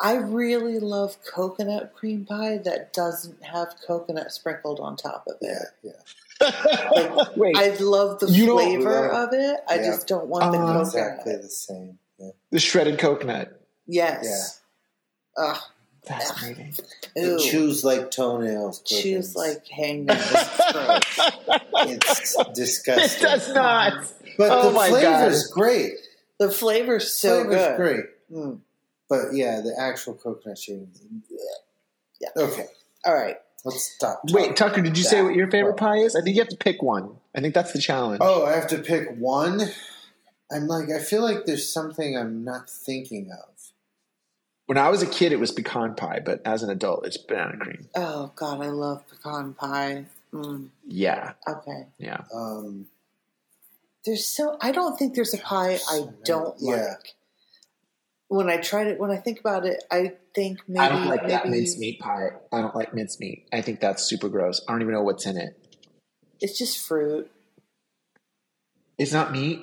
I really love coconut cream pie that doesn't have coconut sprinkled on top of
Yeah,
it.
yeah.
Wait,
I love the
You don't-
flavor
Yeah.
of it. I just don't want the
Uh,
Uh-huh.
coconut.
Exactly the same. Yeah.
the shredded coconut.
Yes. Ugh.
Fascinating.
They
Ew.
chews like toenails.
Choose
Griffins.
like hangnails.
*laughs*
*laughs*
it's
it
disgusting.
does not.
But
Oh
the
my
flavor's great.
the flavor's so
flavor's
good.
great.
Hmm.
Mm.
But yeah, the actual coconut shaving.
Yeah.
Okay,
All right.
let's stop. talking.
Wait, Tucker, did you say what your favorite pie is? I think you have to pick one. I think that's the challenge.
Oh, I have to pick one. I'm like, I feel like there's something I'm not thinking of.
When I was a kid, it was pecan pie, but as an adult, it's banana cream.
Oh God, I love pecan pie. Mm.
Yeah,
Okay.
yeah.
Um,
There's so I don't think there's a pie I
so
don't
many. Yeah.
like. When I tried it, when I think about it, I think maybe
I don't like
maybe
that mincemeat pie. I don't like mincemeat. I think that's super gross. I don't even know what's in it.
it's just fruit.
It's not meat.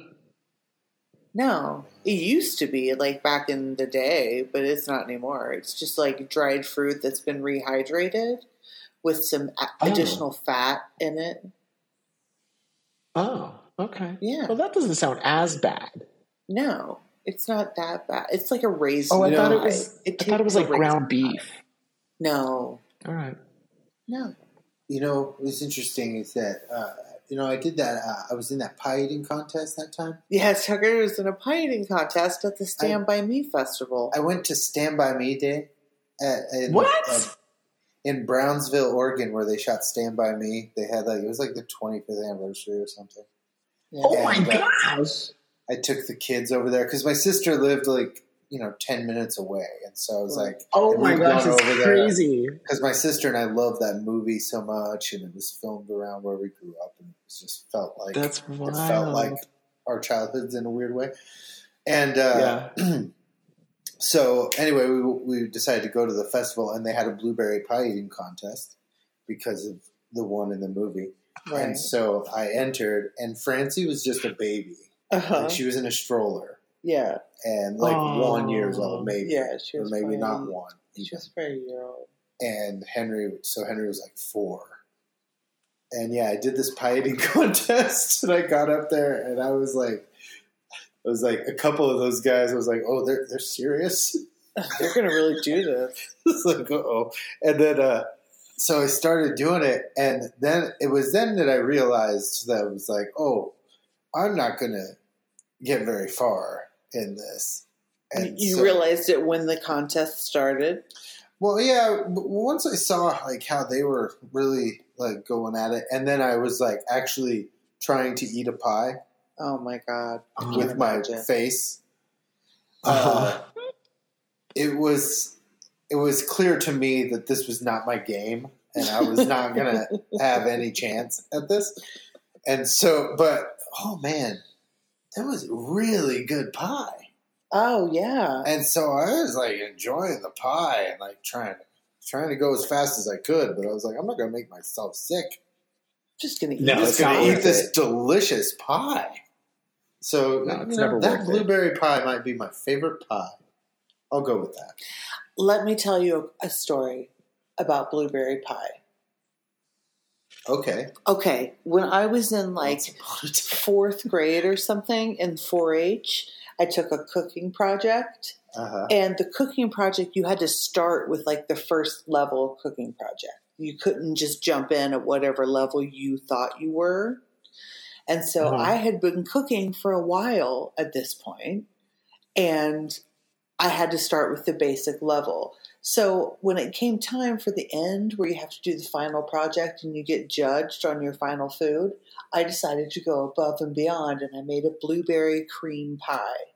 No, it used to be like back in the day, but it's not anymore. It's just like dried fruit that's been rehydrated with some a-
Oh.
additional fat in it.
Oh, okay.
Yeah.
Well, that doesn't sound as bad.
No, it's not that bad. It's like a raisin.
Oh, I
pie.
thought it was. I
tastes
thought it was like
a raisin
ground
pie.
beef.
No,
All right.
no.
You know, what's interesting is that, uh, you know, I did that, uh, I was in that pie eating contest that time.
Yes, Tucker was in a pie eating contest at the Stand By Me festival.
I went to Stand By Me Day at, in,
What?
at- in Brownsville, Oregon, where they shot Stand By Me. They had like, it was like the 25th anniversary or something.
Yeah.
oh my
And, uh,
gosh!
I took the kids over there because my sister lived like, you know, 10 minutes away. And so I was like,
Oh
and
my
we've
gosh!
gone
It's
over there.
crazy.
because my sister and I love that movie so much, and it was filmed around where we grew up, and it just felt like
That's
it
wild.
felt like our childhoods in a weird way. And uh, so, anyway, we we decided to go to the festival, and they had a blueberry pie eating contest because of the one in the movie.
Right.
And so I entered, and Francie was just a baby;
Uh-huh.
like she was in a stroller
Yeah,
and like
Aw.
one years old, maybe,
Oh, yeah. She
or
was
maybe
probably,
not one.
She was probably a year old.
and Henry, so Henry was like four. *laughs* And yeah, I did this pie eating contest, and I got up there, and I was like, I was like, a couple of those guys, I was like, oh, they're, they're serious?
*laughs* They're gonna really do this.
*laughs* it's like, oh. And then, uh, so I started doing it, and then it was then that I realized that I was like, oh, I'm not gonna get very far in this. And
you
so-
realized it when the contest started.
Well, yeah. w- Once I saw like how they were really like going at it, and then I was like actually trying to eat a pie
Oh my god! I
Mm-hmm.
can't
with my
imagine.
face. Uh, it was it was clear to me that this was not my game, and I was not gonna have any chance at this. And so, but oh man, that was really good pie.
Oh yeah.
And so I was like enjoying the pie and like trying trying to go as fast as I could, but I was like, I'm not gonna make myself sick.
just gonna eat
No,
I'm
this.
just
it's
gonna
not
eat
worth
this
it.
delicious pie. So
No,
you
it's
know,
never
that
worth it.
blueberry pie might be my favorite pie. I'll go with that.
Let me tell you a story about blueberry pie.
Okay.
Okay, when I was in like fourth grade or something in 4-H, I took a cooking project,
Uh-huh.
and the cooking project you had to start with like the first level cooking project. You couldn't just jump in at whatever level you thought you were. And so
Uh-huh.
I had been cooking for a while at this point, and I had to start with the basic level. So when it came time for the end, where you have to do the final project and you get judged on your final food, I decided to go above and beyond and I made a blueberry cream pie.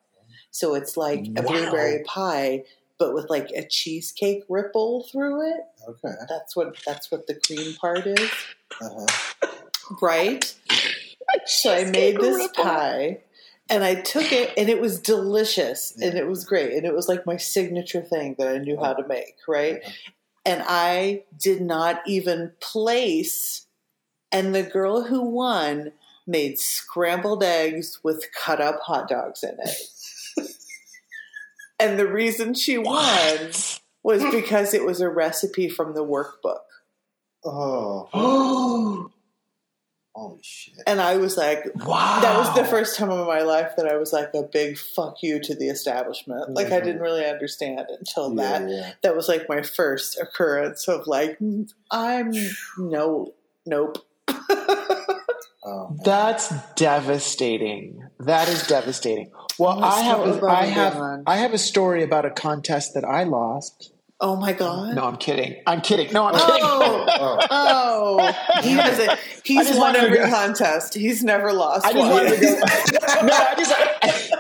So it's like a
Wow.
blueberry pie, but with like a cheesecake ripple through it.
Okay.
That's what that's what the cream part is,
Uh-huh.
right? So I made this pie and I took it and it was delicious and it was great and it was like my signature thing that I knew how to make, right?
Yeah.
And I did not even place and the girl who won made scrambled eggs with cut up hot dogs in it. and the reason she won was because it was a recipe from the workbook.
Oh,
Oh,
holy shit.
And I was like,
wow.
that was the first time in my life that I was like a big fuck you to the establishment. Like I didn't really understand until that.
Yeah,
That was like my first occurrence of like I'm no nope.
*laughs*
Oh, man.
That's devastating. That is devastating. Well,
Let's
I have,
go
a,
above
I
and
have,
beyond.
I have a story about a contest that I lost.
Oh my god.
No, I'm kidding. I'm kidding. No, I'm
Oh.
kidding.
oh,
Oh, he doesn't.
I
He's
just
won
wanted to
every
go-
contest. He's never lost
I just
one.
wanted to go. No, I just.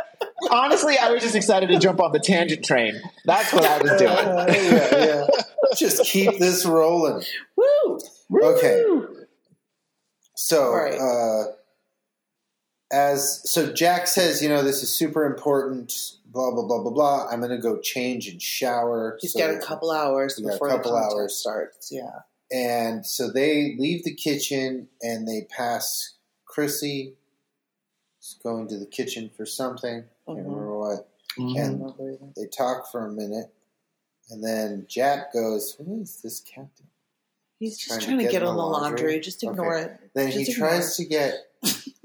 honestly, I was just excited to jump on the tangent train. That's what I was doing.
Uh, yeah, yeah. Just keep this rolling.
*laughs* Woo!
Okay.
Woo!
So,
Right.
uh, as so, Jack says, you know, this is super important. Blah blah blah blah blah. I'm gonna go change and shower.
He's
So-
got a couple hours
We got a
before
couple
the contest
hours.
starts. Yeah.
And so they leave the kitchen and they pass Chrissy. She's going to the kitchen for something. I can't
Mhm.
remember what.
Mhm.
They talk for a minute, and then Jack goes, "What is this captain?"
He's just
Trying to
trying, to
get
get,
in
on
the
the laundry.
laundry.
Just ignore
Okay.
it.
Then he
Just ignore
tries to get.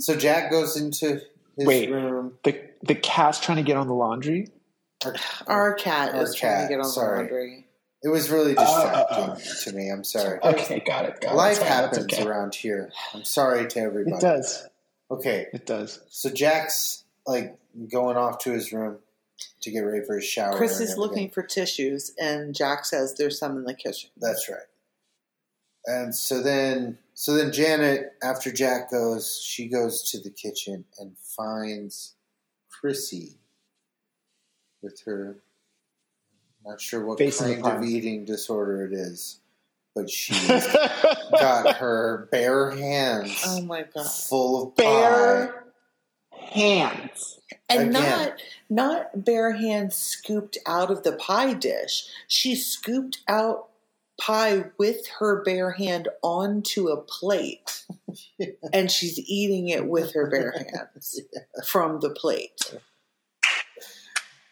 So Jack goes into his
Wait.
room.
The the cat's trying to get on the laundry.
Our cat
Our
is trying
cat,
to get on
sorry.
the laundry.
It was really
Oh, oh,
distracting to me. I'm sorry.
Okay, got it. Got it.
Life
Oh, Sorry, that's
happens
okay.
around here. I'm sorry to everybody.
It does.
Okay,
It does.
so Jack's like going off to his room to get ready for his shower.
Chris
and
is looking
everything.
for tissues, and Jack says there's some in the kitchen.
That's right. And so then, so then Janet, after Jack goes, she goes to the kitchen and finds Chrissy with her. Not sure what
Face in the
kind of
pond.
eating disorder it is, but
*laughs*
she got her bare hands
Oh my god!
full of pie.
Bare *laughs* hands.
And
Again.
not not bare hands scooped out of the pie dish. She scooped out pie with her bare hand onto
*laughs*
a plate, and she's eating it with her bare hands from the plate.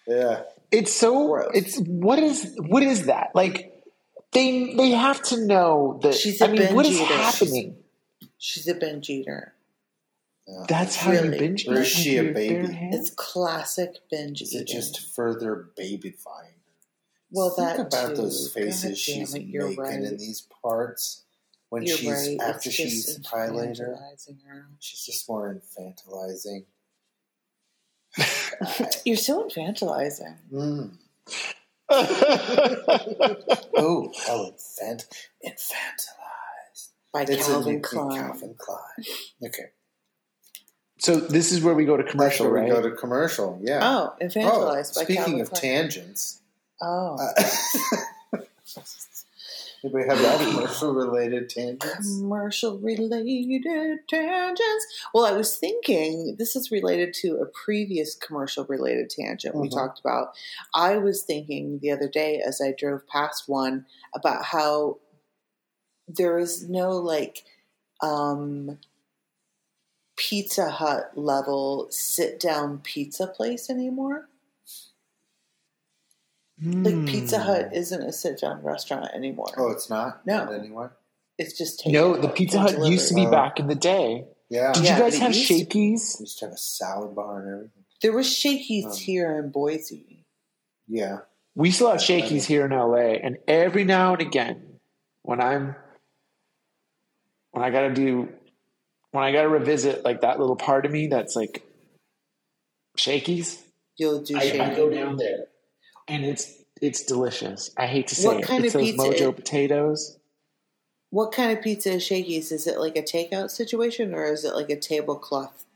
Yeah.
It's so.
Gross.
It's what is what is that like? They they have to know that.
She's
I
a
mean, what
binge
is
eater.
happening?
She's a binge eater.
Yeah.
That's how you
Really?
binge
Or
eat
is she
under
a
your
baby?
bare hands?
It's classic binge
Is
eating.
it just further babyfying?
well,
Think
that
about
too.
those faces
God damn
she's
it, you're
making
right.
in these parts when
You're
she's
right.
after
it's
she's
just
highlighted. her.
infantilizing her.
She's just more infantilizing.
You're so infantilizing.
Mm. Oh, how infant infantilized.
By
It's a
Calvin
new-
Klein.
Calvin Klein. Okay.
so this is where we go to commercial,
That's where
right?
We go to commercial. Yeah.
Oh, infantilized by
speaking
Calvin
of
Klein.
tangents,
oh,
uh, *laughs* anybody have any commercial related
Mm.
tangents?
commercial related tangents. Well, I was thinking this is related to a previous commercial related tangent we
Mhm.
talked about. I was thinking the other day as I drove past one about how there is no like um, Pizza Hut level sit down pizza place anymore. *laughs* Like Pizza
Hmm.
Hut isn't a sit down restaurant anymore.
Oh, it's not?
No.
Not anywhere?
It's just takeout.
No, the Pizza
and
Hut used to
delivery.
be
Oh.
back in the day.
Yeah.
Did
Yeah,
you guys
but it
have
used to-
shakies?
We used to have a salad bar and everything.
There was Shakey's
Um,
here in Boise.
Yeah.
We still have
I- I
shakies
don't-
here in LA, and every now and again, when I'm when I gotta do when I gotta revisit like that little part of me that's like shakies,
You'll do
I, I
Shakey's.
go down there, and it's it's delicious. I hate to say
What
it.
kind
it's
of
those
pizza
Mojo
is-
potatoes.
What kind of pizza is Shakey's? Is it like a takeout situation or is it like a tablecloth?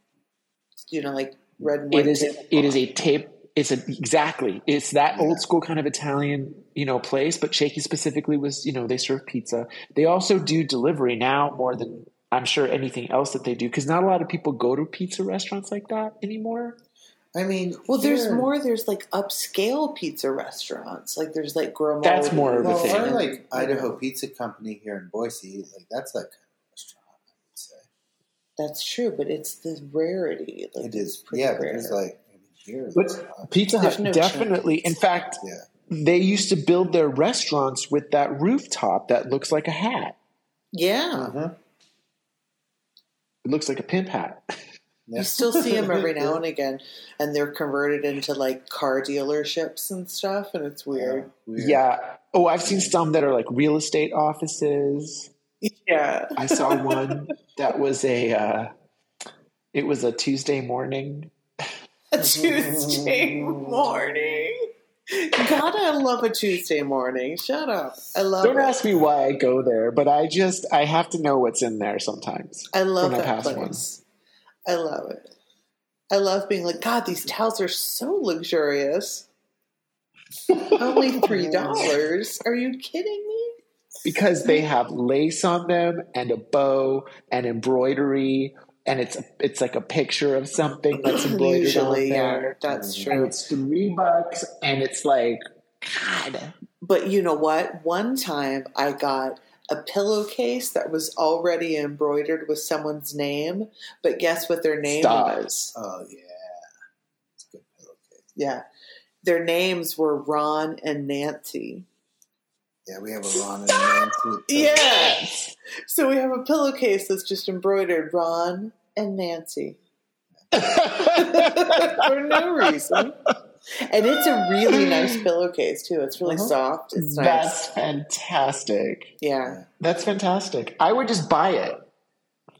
You know, like red and white.
It is
tablecloth?
it is a tape. It's a, exactly it's that
Yeah.
old school kind of Italian you know place, but Shaky specifically was you know they serve pizza. They also do delivery now more than I'm sure anything else that they do because not a lot of people go to pizza restaurants like that anymore.
I mean,
Well, there's
here-
more. There's like upscale pizza restaurants. Like there's like Grimaldi.
That's more of a
Well,
thing.
our like Idaho Pizza Company here in Boise, like that's that kind of restaurant. I would say
That's true, but it's the rarity. Like
it is.
pretty
Yeah, but
rare.
it's like I mean, here,
But
it's not.
Pizza
There's
Hut
no
definitely.
Shakey's.
In fact,
yeah,
they used to build their restaurants with that rooftop that looks like a hat.
yeah.
mm-hmm.
It looks like a pimp hat.
yeah.
You still see them
*laughs*
every now and again, and they're converted into like car dealerships and stuff, and it's weird.
Yeah. Oh, I've seen some that are like real estate offices.
Yeah.
I saw one that was a. Uh, it was a Tuesday morning.
A
*laughs*
*laughs* Tuesday morning. God, I love a Tuesday morning. Shut up. I love
Don't
it.
ask me why I go there, but I just I have to know what's in there sometimes.
I love
when I
that
pass
place. I love it. I love being like, God, these towels are so luxurious.
*laughs*
Only three dollars. Are you kidding me?
because they
Hmm.
have lace on them and a bow and embroidery and it's it's like a picture of something that's
*clears throat*
embroidered
Usually,
on
yeah,
there.
that's
Mhm.
true.
And it's three bucks and it's like God.
But you know what? One time I got a pillowcase that was already embroidered with someone's name, but guess what their name
Stop.
was?
Oh yeah, it's a good pillowcase.
Yeah. Their names were Ron and Nancy.
Yeah, we have a Ron and Nancy.
Yeah. So we have a pillowcase that's just embroidered Ron and Nancy *laughs* for no reason. And it's a really nice pillowcase, too. It's really
Uh-huh.
soft. It's nice.
That's fantastic.
yeah.
That's fantastic. I would just buy it.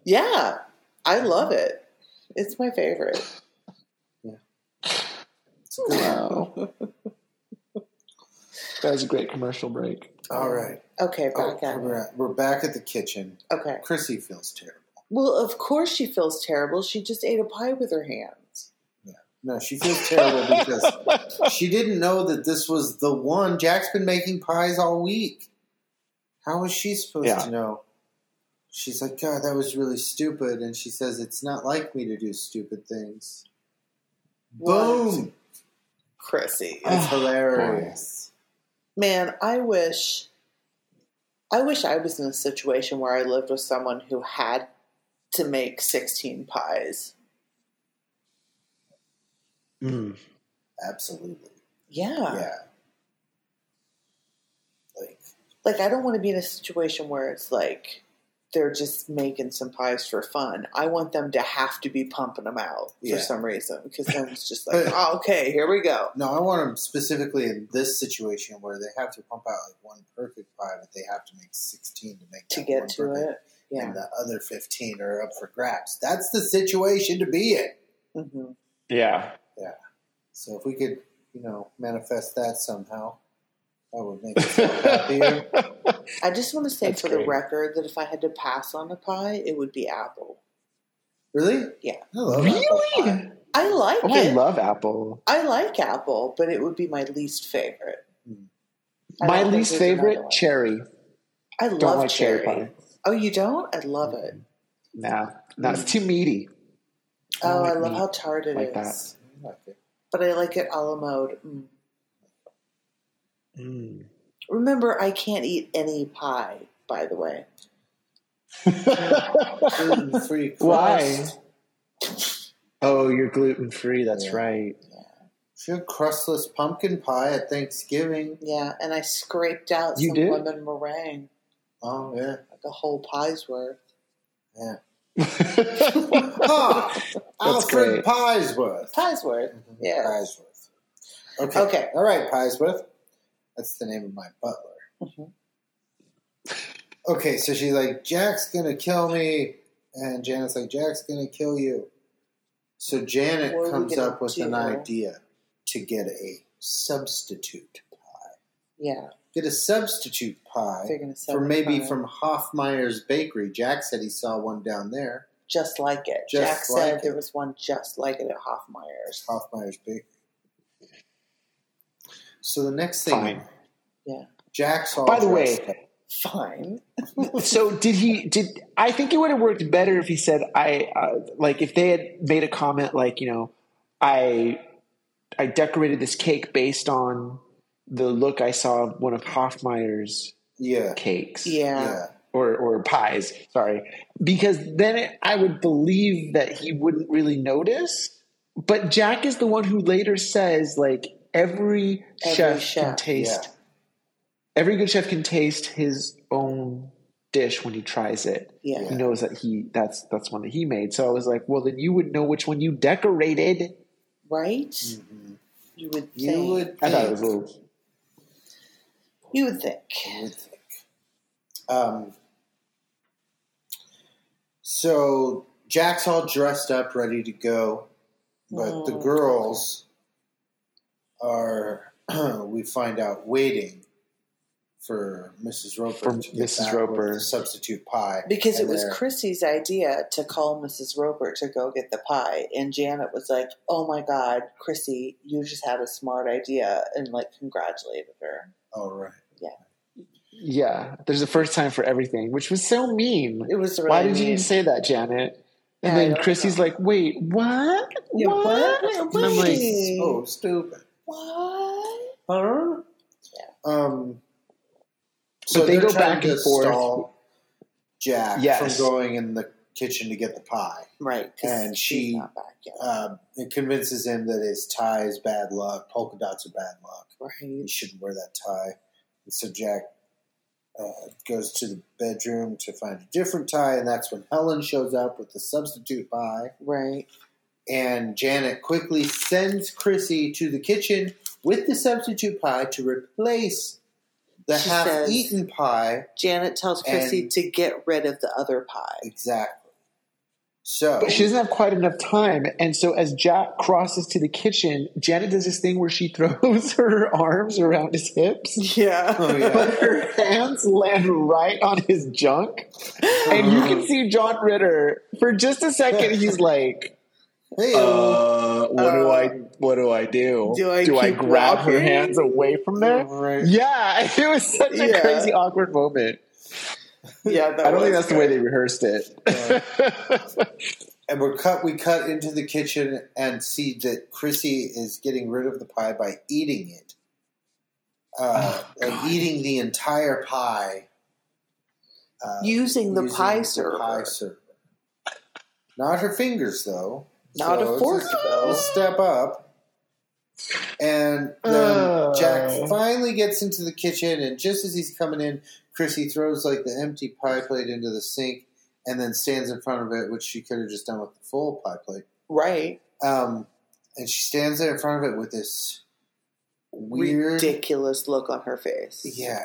Yeah. I love it. It's my favorite.
It's a good one.
Wow. *laughs* that was a great commercial break.
All right,
Okay,
oh,
back at
we're,
it.
at- we're back at the kitchen.
Okay.
Chrissy feels terrible.
Well, of course she feels terrible. She just ate a pie with her hands.
No, she feels terrible because she didn't know that this was the one. Jack's been making pies all week. How was she supposed
Yeah.
to know? She's like, God, that was really stupid. And she says, It's not like me to do stupid things. Boom!
Chrissy.
It's
Ah,
hilarious.
Man, I wish I wish I was in a situation where I lived with someone who had to make 16 pies.
Mm.
Absolutely.
Yeah.
Yeah. Like,
Like I don't want to be in a situation where it's like they're just making some pies for fun. I want them to have to be pumping them out
Yeah.
for some reason because then
*laughs*
it's just like, oh, okay, here we go.
No, I want them specifically in this situation where they have to pump out like one perfect pie, but they have to make sixteen to make
To
that
get
one
to
perfect,
it. Yeah.
and the other fifteen are up for grabs. That's the situation to be in.
hmm
Yeah.
So if we could, you know, manifest that somehow, that would make
*laughs*
us all happier.
I just want to say
That's
for the
great.
record that if I had to pass on a pie, it would be apple.
Really?
Yeah.
I love apple pie.
really?
I like
Oh,
it.
I love apple.
I like apple, but it would be my least favorite. I
Hmm. My
don't think
least
there's another
favorite,
one.
cherry.
I love
Don't like
cherry.
cherry pie.
Oh, you don't? I love it.
No, that's too meaty. I don't
Oh, I
like
love
meat
how tart it is.
like
I like it.
But I like it a la mode. Mm.
Mm.
Remember, I can't eat any pie, by the way.
Gluten-free
Why?
crust.
Oh, you're gluten free. That's
Yeah.
right.
Sure, crustless pumpkin pie at Thanksgiving.
Yeah, and I scraped out
You
some
did?
lemon meringue,
Oh yeah,
like a whole pie's worth.
yeah.
*laughs* That's
Ah, Alfred
great.
Piesworth.
Pie's worth, yeah.
Piesworth. Okay.
Okay.
All right, Piesworth. That's the name of my butler.
Mm-hmm.
Mhm.
Okay, so she's like, Jack's gonna kill me, and Janet's like, Jack's gonna kill you. So Janet
What are we
comes
gonna
up with an
do?
idea to get a substitute.
Yeah,
Get a substitute
they're
pie
going to sell
Oh, for
the
maybe
pie.
from Hoffmeyer's Bakery. Jack said he saw one down there.
just like it.
Just
Jack
like
said
it.
there was one just like it at Hoffmeyer's.
Hoffmeyer's Bakery. So the next thing,
Fine.
Yeah.
Jack's all.
By the
dressed
way,
up.
Fine.
so did he? Did I think it would have worked better if he said, "I uh, like if they had made a comment like you know, I I decorated this cake based on the look I saw of one of Hoffmeyer's
yeah,
cakes."
Yeah.
yeah.
or or pies, sorry, because then it, I would believe that he wouldn't really notice. But Jack is the one who later says like every,
Every
chef, can
chef,
taste
yeah.
every good chef can taste his own dish when he tries it.
Yeah.
He knows that he that's that's one that he made. So I was like, well, then you would know which one you decorated.
Right?
Mhm.
You would think.
You would.
I thought it
think-
was a little.
You would think.
you would think. Um, so Jack's all dressed up, ready to go, but the
Mm.
girls are. *clears throat* we find out waiting for Mrs. Roper
For
to get
Mrs.
back
Roper.
with the substitute pie
Because
And
it was
they're-
Chrissy's idea to call Mrs. Roper to go get the pie. And Janet was like, oh my God, Chrissy, you just had a smart idea. And like congratulated her.
Oh right.
Yeah, there's a first time for everything, which was so mean.
It was really
Why did
mean.
you say that, Janet? And
Yeah, I
then
don't
Chrissy's
know.
like, wait, what?
Yeah,
what?
what?
And I'm like,
Wait.
Oh stupid.
What?
Huh?
Yeah.
Um. So
they
they're
go
trying
back
to
and forth.
stall Jack
Yes.
from going in the kitchen to get the pie.
Right. 'cause
And
she's
she-
not back yet.
Um, it convinces him that his tie is bad luck. Polka dots are bad luck. He
Right.
shouldn't wear that tie. And so Jack uh, goes to the bedroom to find a different tie, and that's when Helen shows up with the substitute pie.
Right.
And Janet quickly sends Chrissy to the kitchen with the substitute pie to replace the
She says-
half-eaten pie.
Janet tells Chrissy
And-
to get rid of the other pie.
Exactly. So
But she doesn't have quite enough time. And so as Jack crosses to the kitchen, Janet does this thing where she *laughs* throws her arms around his hips,
Yeah.
Oh,
*laughs*
yeah.
but her hands land right on his junk. And you can see John Ritter for just a second, he's like,
Hey,
uh, what do
Uh,
I what do I do?
do I keep
grab her
walking?
hands away from there?
Right.
Yeah, *laughs* it was such a
Yeah.
crazy awkward moment.
yeah that
I don't think
was
that's the way
good.
they rehearsed it. *laughs*
and we're cut. We cut into the kitchen and see that Chrissy is getting rid of the pie by eating it, uh,
Oh,
and
God.
eating the entire pie. Uh,
using the pie
server.
server.
pie server. Not her fingers, though.
Not a
So it's
fork,
a-
though.
a step up. And then
Oh.
Jack finally gets into the kitchen, and just as he's coming in, Chrissy throws like the empty pie plate into the sink, and then stands in front of it, which she could have just done with the full pie plate.
Right.
Um, and she stands there in front of it with this weird,
Ridiculous look on her face.
yeah,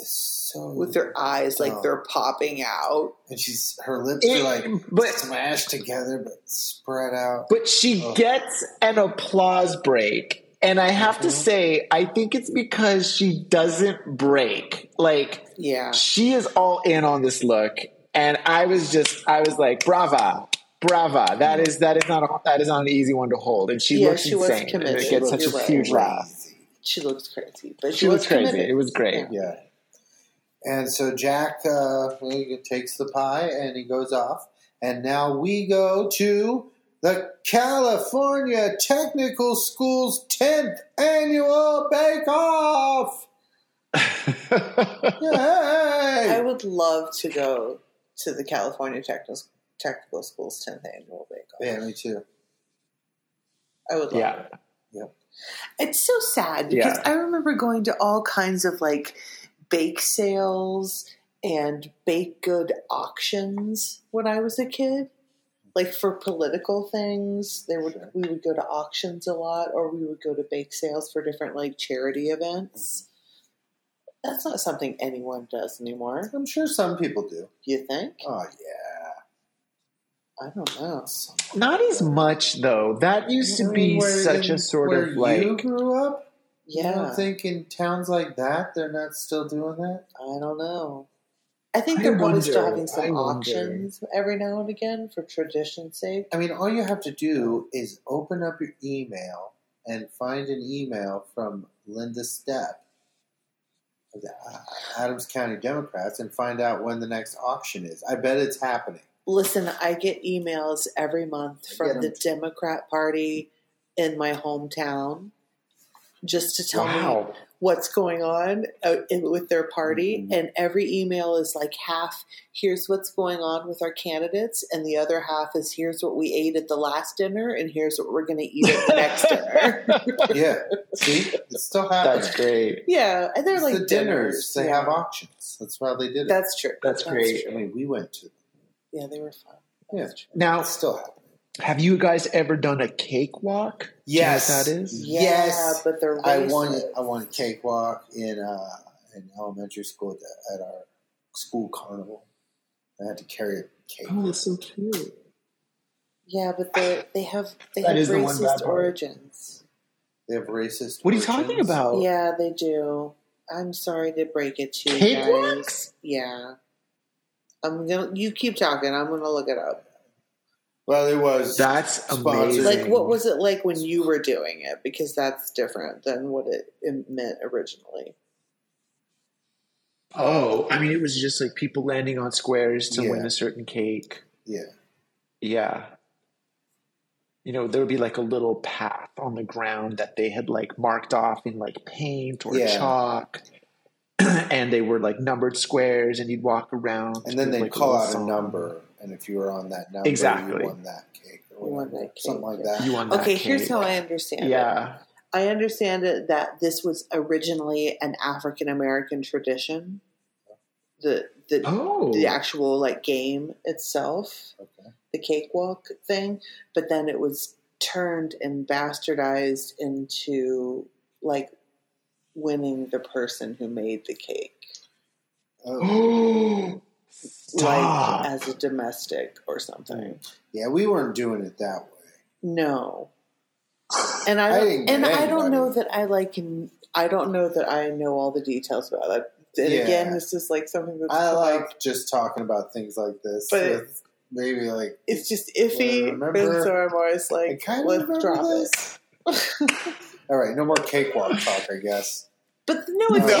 it's so
With her eyes like
Oh.
they're popping out.
and she's her lips
It-
are like
but
smashed together but spread out.
but she
Oh.
gets an applause break, and I have
Mm-hmm.
to
Mhm.
say, I think it's because she doesn't break. Like
Yeah.
she is all in on this look, and I was just, I was like, brava. Brava! That is that is not a, that is not an easy one to hold, and she
Yeah,
looks
she was
insane. and
committed.
it
She
gets
looks
such a
You're right.
huge laugh.
crazy.
She looks crazy, but she,
She
was
looks crazy.
committed.
It was great.
Yeah.
Yeah. And so Jack uh, he takes the pie and he goes off. And now we go to the California Technical School's 10th annual Bake Off. Yay!
I would love to go to the California Technical Technical School's 10th annual bake off.
yeah, me too.
I would love
Yeah.
it.
Yeah.
It's so sad because
Yeah.
I remember going to all kinds of like bake sales and bake good auctions when I was a kid. Like for political things, they would
Sure.
we would go to auctions a lot or we would go to bake sales for different like charity events. That's not something anyone does anymore.
I'm sure some people do.
You think?
Oh, yeah.
I don't know.
Some-
Not as much though. That used to
I mean,
be
where
such
in-
a sort
where
of like
you grew up? You
Yeah.
don't think in towns like that they're not still doing that?
I don't know. I think
I
they're probably
wonder,
still having some
I wonder.
auctions every now and again for tradition's sake.
I mean, all you have to do is open up your email and find an email from Linda Stepp of the uh, Adams County Democrats and find out when the next auction is. I bet it's happening.
Listen, I get emails every month
I
from
get 'em
the Democrat Party in my hometown just to tell me
wow.
what's going on uh, in, with their party.
Mhm.
And every email is like half, here's what's going on with our candidates, and the other half is here's what we ate at the last dinner, and here's what we're going to eat at the next
*laughs*
dinner.
Yeah, see, it's still happening.
*laughs* That's great.
Yeah, and they're
It's
like
the dinners. They
yeah.
have auctions. That's why they did it.
That's true.
That's great.
I mean, we went to.
Yeah, they were fun.
Yeah.
That's true.
Now,
It's still happening.
have you guys ever done a cakewalk?
Yes.
Do you know what that is?
Yeah,
Yes,
but they're
I
racist.
won. I won a cakewalk in uh, in elementary school at, the, at our school carnival. I had to carry a cake.
Oh, that's so cute.
Yeah, but they they have they
That
have
is the one bad
racist
part.
origins.
They have racist.
What are you talking
origins.
about?
Yeah, they do. I'm sorry to break it to you
Cake
guys.
walks?
Yeah, I'm gonna. You keep talking. I'm gonna look it up.
Well, it was.
That's
Sponsored.
amazing.
Amazing.
Like, what was it like when you were doing it? Because that's different than what it, it meant originally.
Oh, I mean, it was just like people landing on squares to
Yeah.
win a certain cake.
yeah,
Yeah. You know, there would be like a little path on the ground that they had like marked off in like paint or
Yeah.
chalk. *clears throat* and they were like numbered squares and you'd walk around.
and then
with,
they
like,
call
little
out
song.
a number, and if you were on that number,
Exactly.
you won that cake. Or
You won
whatever,
that cake,
Something like
yeah.
that.
You won that
Okay, here's
cake.
how I understand it.
Yeah.
I understand it that this was originally an African American tradition. The the
Oh.
the actual like game itself,
Okay.
the cakewalk thing, but then it was turned and bastardized into like winning the person who made the cake,
*gasps*
Oh.
Oh. *gasps* Stop.
like as a domestic or something.
Yeah, we weren't doing it that way.
No, and I,
I
don't-
didn't get
and I don't
anybody.
know that I like. n- I don't know that I know all the details about that. And
Yeah.
again, this is like something that's
I
come up
like just talking about things like this.
But-
with maybe like
it's just iffy.
Yeah, remember-
and so I'm always
I
like,
kind of
let's
remember
drop
this.
it.
*laughs* All right, no more cakewalk talk, I guess.
But no, it's
No.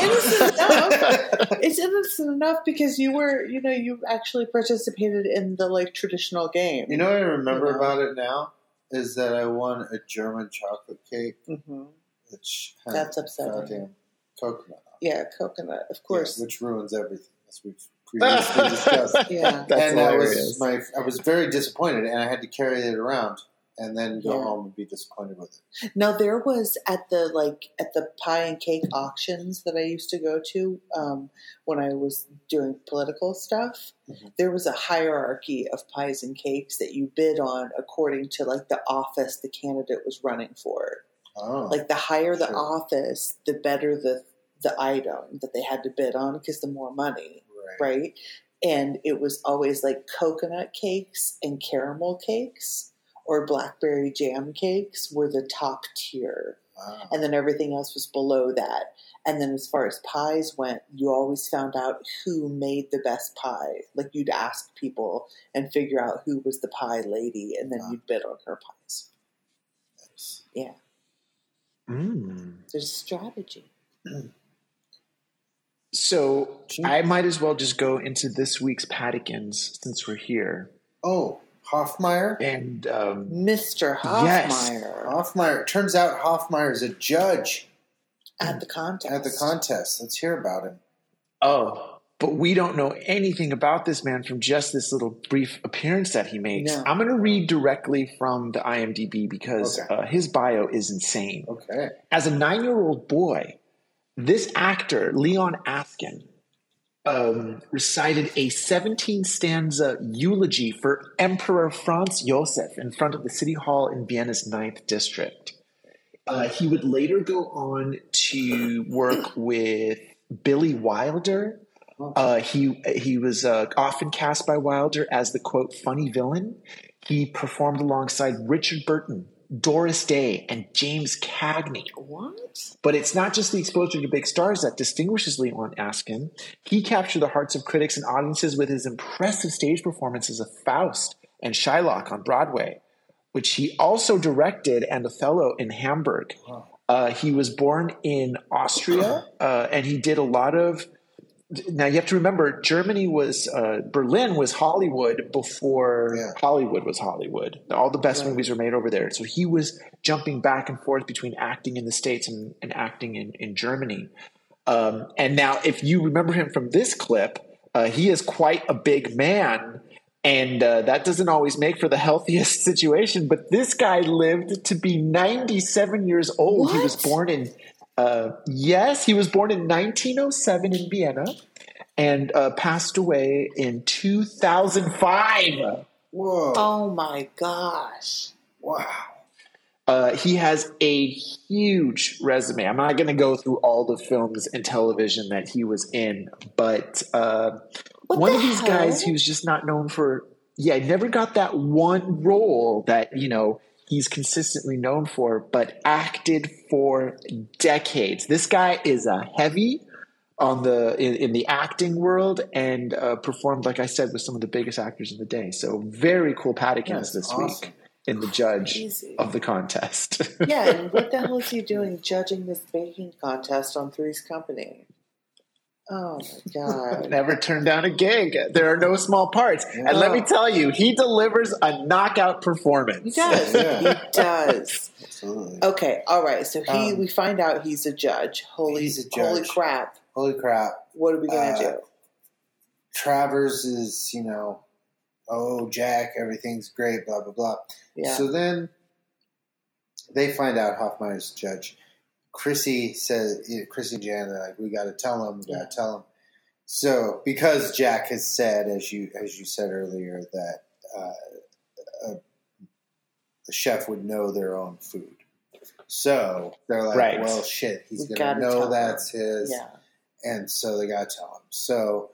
*laughs*
innocent enough. It's innocent enough because you were, you know, you actually participated in the like traditional game.
you know what I remember
You know.
about it now is that I won a German chocolate cake,
hmm
which had
That's upsetting.
goddamn coconut, on it,
yeah, coconut, of course.
which ruins everything, as we've
*laughs*
previously discussed.
Yeah.
That's
and
hilarious.
I was my I was very disappointed, and I had to carry it around and then go
Yeah.
home and be disappointed with it.
Now there was at the like at the pie and cake auctions that I used to go to um, when I was doing political stuff.
Mhm.
There was a hierarchy of pies and cakes that you bid on according to like the office the candidate was running for.
Oh,
Like the higher the
Sure.
office, the better the the item that they had to bid on because the more money,
right.
right? And it was always like coconut cakes and caramel cakes or blackberry jam cakes were the top tier
Wow.
and then everything else was below that. And then as far as pies went, you always found out who made the best pie. Like you'd ask people and figure out who was the pie lady, and then
Wow.
you'd bid on her pies.
Nice.
Yeah,
Mm.
there's a strategy.
So
Sure.
I might as well just go into this week's Patikins since we're here.
Oh, Hoffmeyer.
And um,
Mr.
Yes.
Hoffmeyer
Hoffmeyer. Turns out Hoffmeyer is a judge
at the contest.
at the contest. Let's hear about him.
oh, but we don't know anything about this man from just this little brief appearance that he makes.
No.
I'm going to read directly from the IMDb because
Okay.
uh, his bio is insane.
Okay.
as a nine year old boy, this actor, Leon Askin, um, recited a 17 stanza eulogy for Emperor Franz Josef in front of the city hall in Vienna's Ninth District. Uh, he would later go on to work with Billy Wilder. Uh, he he was uh, often cast by Wilder as the quote funny villain. He performed alongside Richard Burton, Doris Day, and James Cagney.
What?
But it's not just the exposure to big stars that distinguishes Leon Askin. He captured the hearts of critics and audiences with his impressive stage performances of Faust and Shylock on Broadway, which he also directed and Othello in Hamburg. Uh, he was born in Austria, uh, and he did a lot of. Now you have to remember, Germany was uh, Berlin was Hollywood before
Yeah.
Hollywood was Hollywood. All the best
Right.
movies were made over there. So he was jumping back and forth between acting in the States and, and acting in, in Germany. Um, and now, if you remember him from this clip, uh, he is quite a big man. And uh, that doesn't always make for the *laughs* healthiest situation. But this guy lived to be 97 years old. He was
What?
born in, uh, yes, he was born in 1907 in Vienna and uh, passed away in 2005.
Whoa.
Oh my gosh.
Wow.
Uh, he has a huge resume. I'm not going to go through all the films and television that he was in, but uh,
What
one
the
of these
hell?
guys who's just not known for, yeah, never got that one role that, you know, he's consistently known for, but acted for decades. This guy is a heavy on the in, in the acting world and uh, performed like i said with some of the biggest actors of the day so very cool
That's
patikins this
awesome.
week in the judge
Crazy.
of the contest *laughs*
yeah, and what the hell is he doing judging this baking contest on Three's Company? Oh my god.
never turn down a gig there are no small parts and let me
Oh.
tell you he delivers a knockout performance
He does.
Yeah.
He does.
Absolutely.
Okay, all right. So he
Um,
we find out he's a judge. Holy
he's a
holy
judge.
crap.
Holy crap.
What are we gonna
Uh,
do?
Travers is, you know, oh, Jack, everything's great, blah, blah, blah.
Yeah.
So then they find out Hoffmeyer's the judge. Chrissy says, you know, Chrissy and Jan are like, we got to tell him, we got to
Yeah.
tell him. So because Jack has said, as you as you said earlier, that uh, a, a chef would know their own food. So they're like,
Right.
well, shit, he's
We
gonna
gotta
know
tell
that's his, *laughs*
yeah.
and so they gotta tell him. So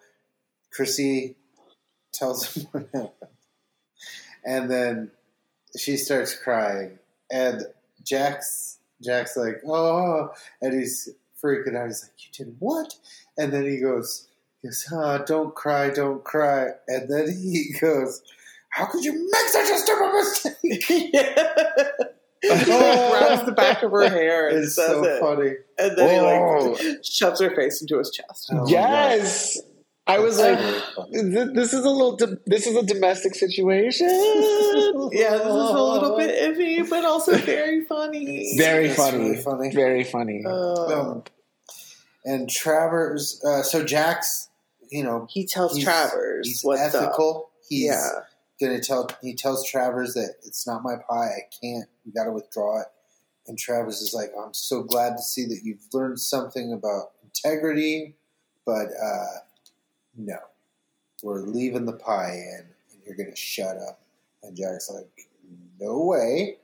Chrissy tells *laughs* him, what happened. and then she starts crying, and Jack's Jack's like, oh, and he's freaking out. He's like, you did what? And then he goes, he goes, ah, don't cry, don't cry. And then he *laughs* goes, how could you make such a stupid mistake?
*laughs*
*laughs*
he grabs the back of her hair and
Oh. It's
says
so
it.
funny.
And then
Oh.
he like shoves her face into his chest.
Oh my
yes i was like
Really funny.
"Th- this is a little do- this is a domestic situation
*laughs* yeah, this is a little bit iffy, but also very
*laughs*
funny.
very
That's
funny
really funny.
very funny
Oh.
Um, and Travers, uh, so Jack's, you know,
he tells
he's-
Travers
he's
what's up.
ethical. He's
yeah.
gonna tell. He tells Travers that it's not my pie. I can't. You got to withdraw it. And Travers is like, "I'm so glad to see that you've learned something about integrity, but uh, no, we're leaving the pie in, and you're gonna shut up." And Jack's like, "No way."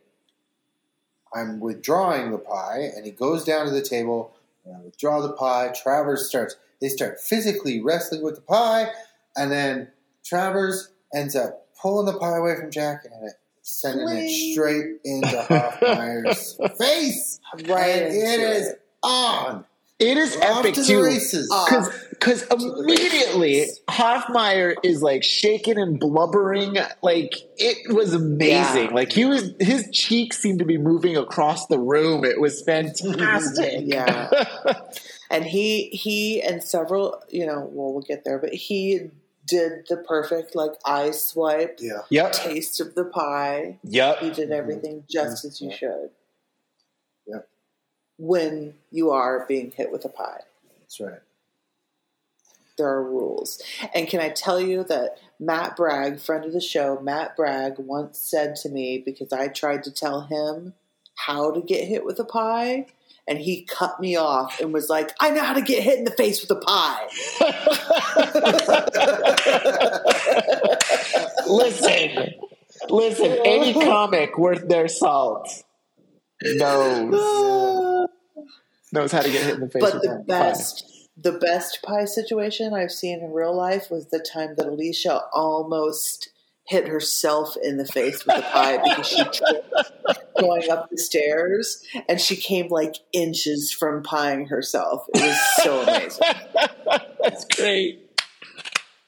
I'm withdrawing the pie, and he goes down to the table and I withdraw the pie. Travers starts; they start physically wrestling with the pie, and then Travers ends up pulling the pie away from Jack and it, sending
Swing.
it straight into Hoffmeyer's face.
Right
and
into
it
it.
is on.
It is
Off
epic
to the
too,
races.
because
Uh,
because immediately Hoffmeyer is like shaking and blubbering. Like it was amazing.
Yeah.
Like he was, his cheeks seemed to be moving across the room. It was
*laughs*
fantastic.
Yeah.
*laughs*
and he he and several you know well we'll get there but he did the perfect like eye swipe
Yeah.
yep.
taste of the pie you
Yep.
did everything
Mm-hmm.
just as you should
Yep.
when you are being hit with a pie
That's right.
there are rules and can i tell you that matt bragg friend of the show matt bragg once said to me because i tried to tell him how to get hit with a pie and he cut me off and was like i know how to get hit in the face with a pie
*laughs*
listen, listen.
*laughs*
Any comic worth their salt knows
*sighs*
knows how to get hit in the face.
but
with
the
a pie.
best the best pie situation I've seen in real life was the time that Alicia almost hit herself in the face with a pie because she tripped going up the stairs and she came like inches from pieing herself. It was so amazing.
That's great.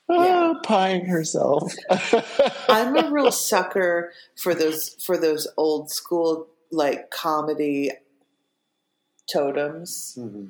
Yeah.
Ah, pieing herself.
I'm a real sucker for those for those old school like comedy totems,
Mm-hmm.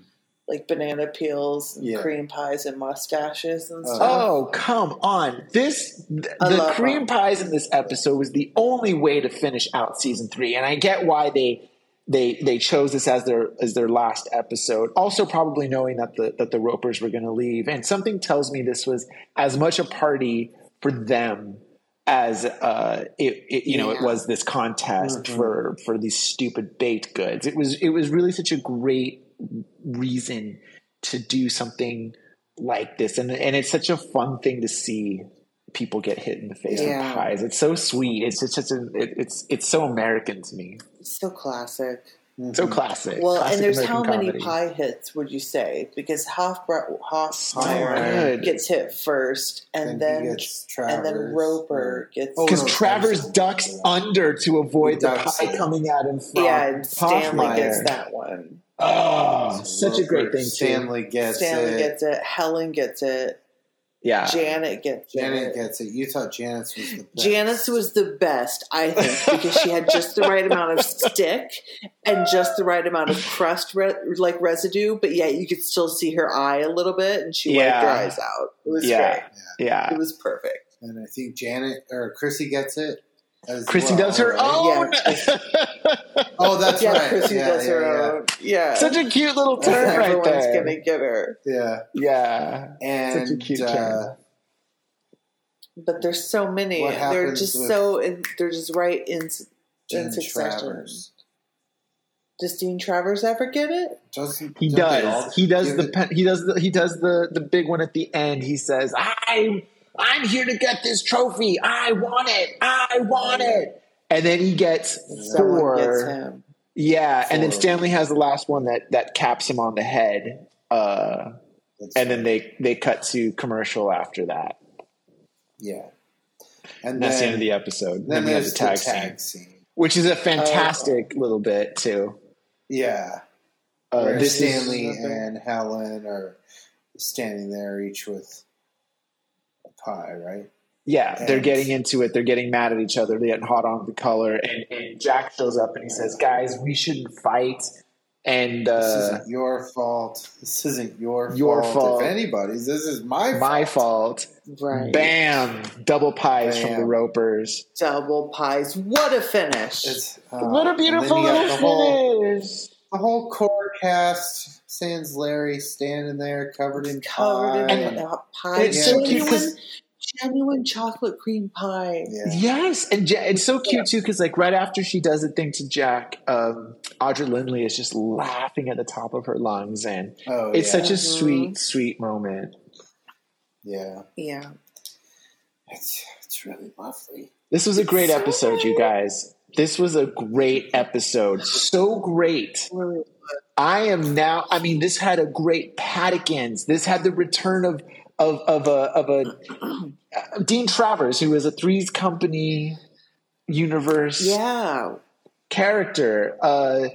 like banana peels and
Yeah.
cream pies and mustaches and
Oh.
stuff.
oh, come on. This th-
Uh-huh. I
the
love
cream
them.
pies in this episode was the only way to finish out season 3 and I get why they they they chose this as their as their last episode. Also probably knowing that the that the Ropers were going to leave and something tells me this was as much a party for them as uh, it, it you know it
Yeah. Mm-hmm.
was this contest for for these stupid baked goods. It was it was really such a great reason to do something like this, and and it's such a fun thing to see people get hit in the face
Yeah.
with pies. It's so sweet. It's just such a it, it's it's so American to me.
So classic.
So classic.
Mm. Well,
Classic
and there's
American
how many
comedy.
pie hits would you say? Because Hoff
Oh,
Hoffmeyer
Hoffmeyer
good.
gets hit first, and
he
then
gets Travers.
and then Roper gets
Oh,
Because
no,
Travers
Travers-
ducks under to avoid the
ducks
pie
it.
coming at him from
yeah, and Stanley
Hoffmeyer.
gets that one.
Oh, such a great
Roper,
thing too.
Stanley gets
Stanley
it.
gets it. Helen gets it.
Yeah.
Janet gets
Janet
it.
gets it. You thought Janet's was the best.
Janice was the best, I think, because she had just the right amount of stick and just the right amount of crust, re- like residue. But yet, you could still see her eye a little bit, and she wiped her
Yeah.
eyes out. It was
yeah.
great.
Yeah.
It was perfect.
And I think Janet or Chrissy gets it. As
Christy
well,
does her
right?
own.
Oh, that's
*laughs* yeah,
right.
Chrissy
yeah,
does
yeah,
her
yeah.
own.
*laughs*
Yeah,
such a cute little turn right
everyone's
there.
gonna get her.
Yeah.
Yeah.
And
such a cute
uh,
turn.
But there's so many.
What
They're
happens
just
with-
so. In, they're just right in in
Jen
succession.
Travers.
Does Dean Travers ever get it?
Doesn't
He
don't they all
does. He does
give
the
it-
pen, he does the he does the the big one at the end. He says, "I'm I'm here to get this trophy. I want it. I want
Oh, yeah.
it." And then he gets
Someone
four.
gets him.
Yeah, and then
Four.
Stanley has the last one that that caps him on the head. Uh,
That's
and then
right.
they they cut to commercial after that.
yeah. And
And that's the
then,
end of the episode.
then
Then, we have the
there's
tag,
the tag Oh.
scene,
scene.
which is a fantastic little bit too.
Yeah,
Uh,
where
this is-
Stanley and Helen are standing there, each with a pie, right?
yeah, they're
and-
getting into it. They're getting mad at each other. They're getting hot on the color. And, and Jack shows up and he says, "Guys, we shouldn't fight." And uh,
This isn't your fault. This isn't your,
Your
fault.
fault.
If anybody's, this is my,
my fault.
Right.
Bam! Double pies from the
Bam.
Ropers.
Double pies. What a finish!
It's, uh,
What a
and then you
beautiful
got
little
the whole,
finish!
the whole core cast. Sans Larry standing there, covered in
covered
pie.
in
And
uh, pie.
it's so
genuine,
cute 'cause-
genuine chocolate cream pie.
Yeah.
Yes, and ja- it's so cute too because like right after she does the thing to Jack, um, Audra Lindley is just laughing at the top of her lungs, and
Oh,
it's
yeah.
such a
Mhm.
sweet, sweet moment.
yeah.
Yeah.
It's it's really lovely.
This was a great
so
episode, you
good.
guys. This was a great episode. So great.
Really.
I am now. I mean, this had a great Paddockins. This had the return of of of a of a *clears throat* uh, Dean Travers, who is a Three's Company universe
Yeah.
character. Uh,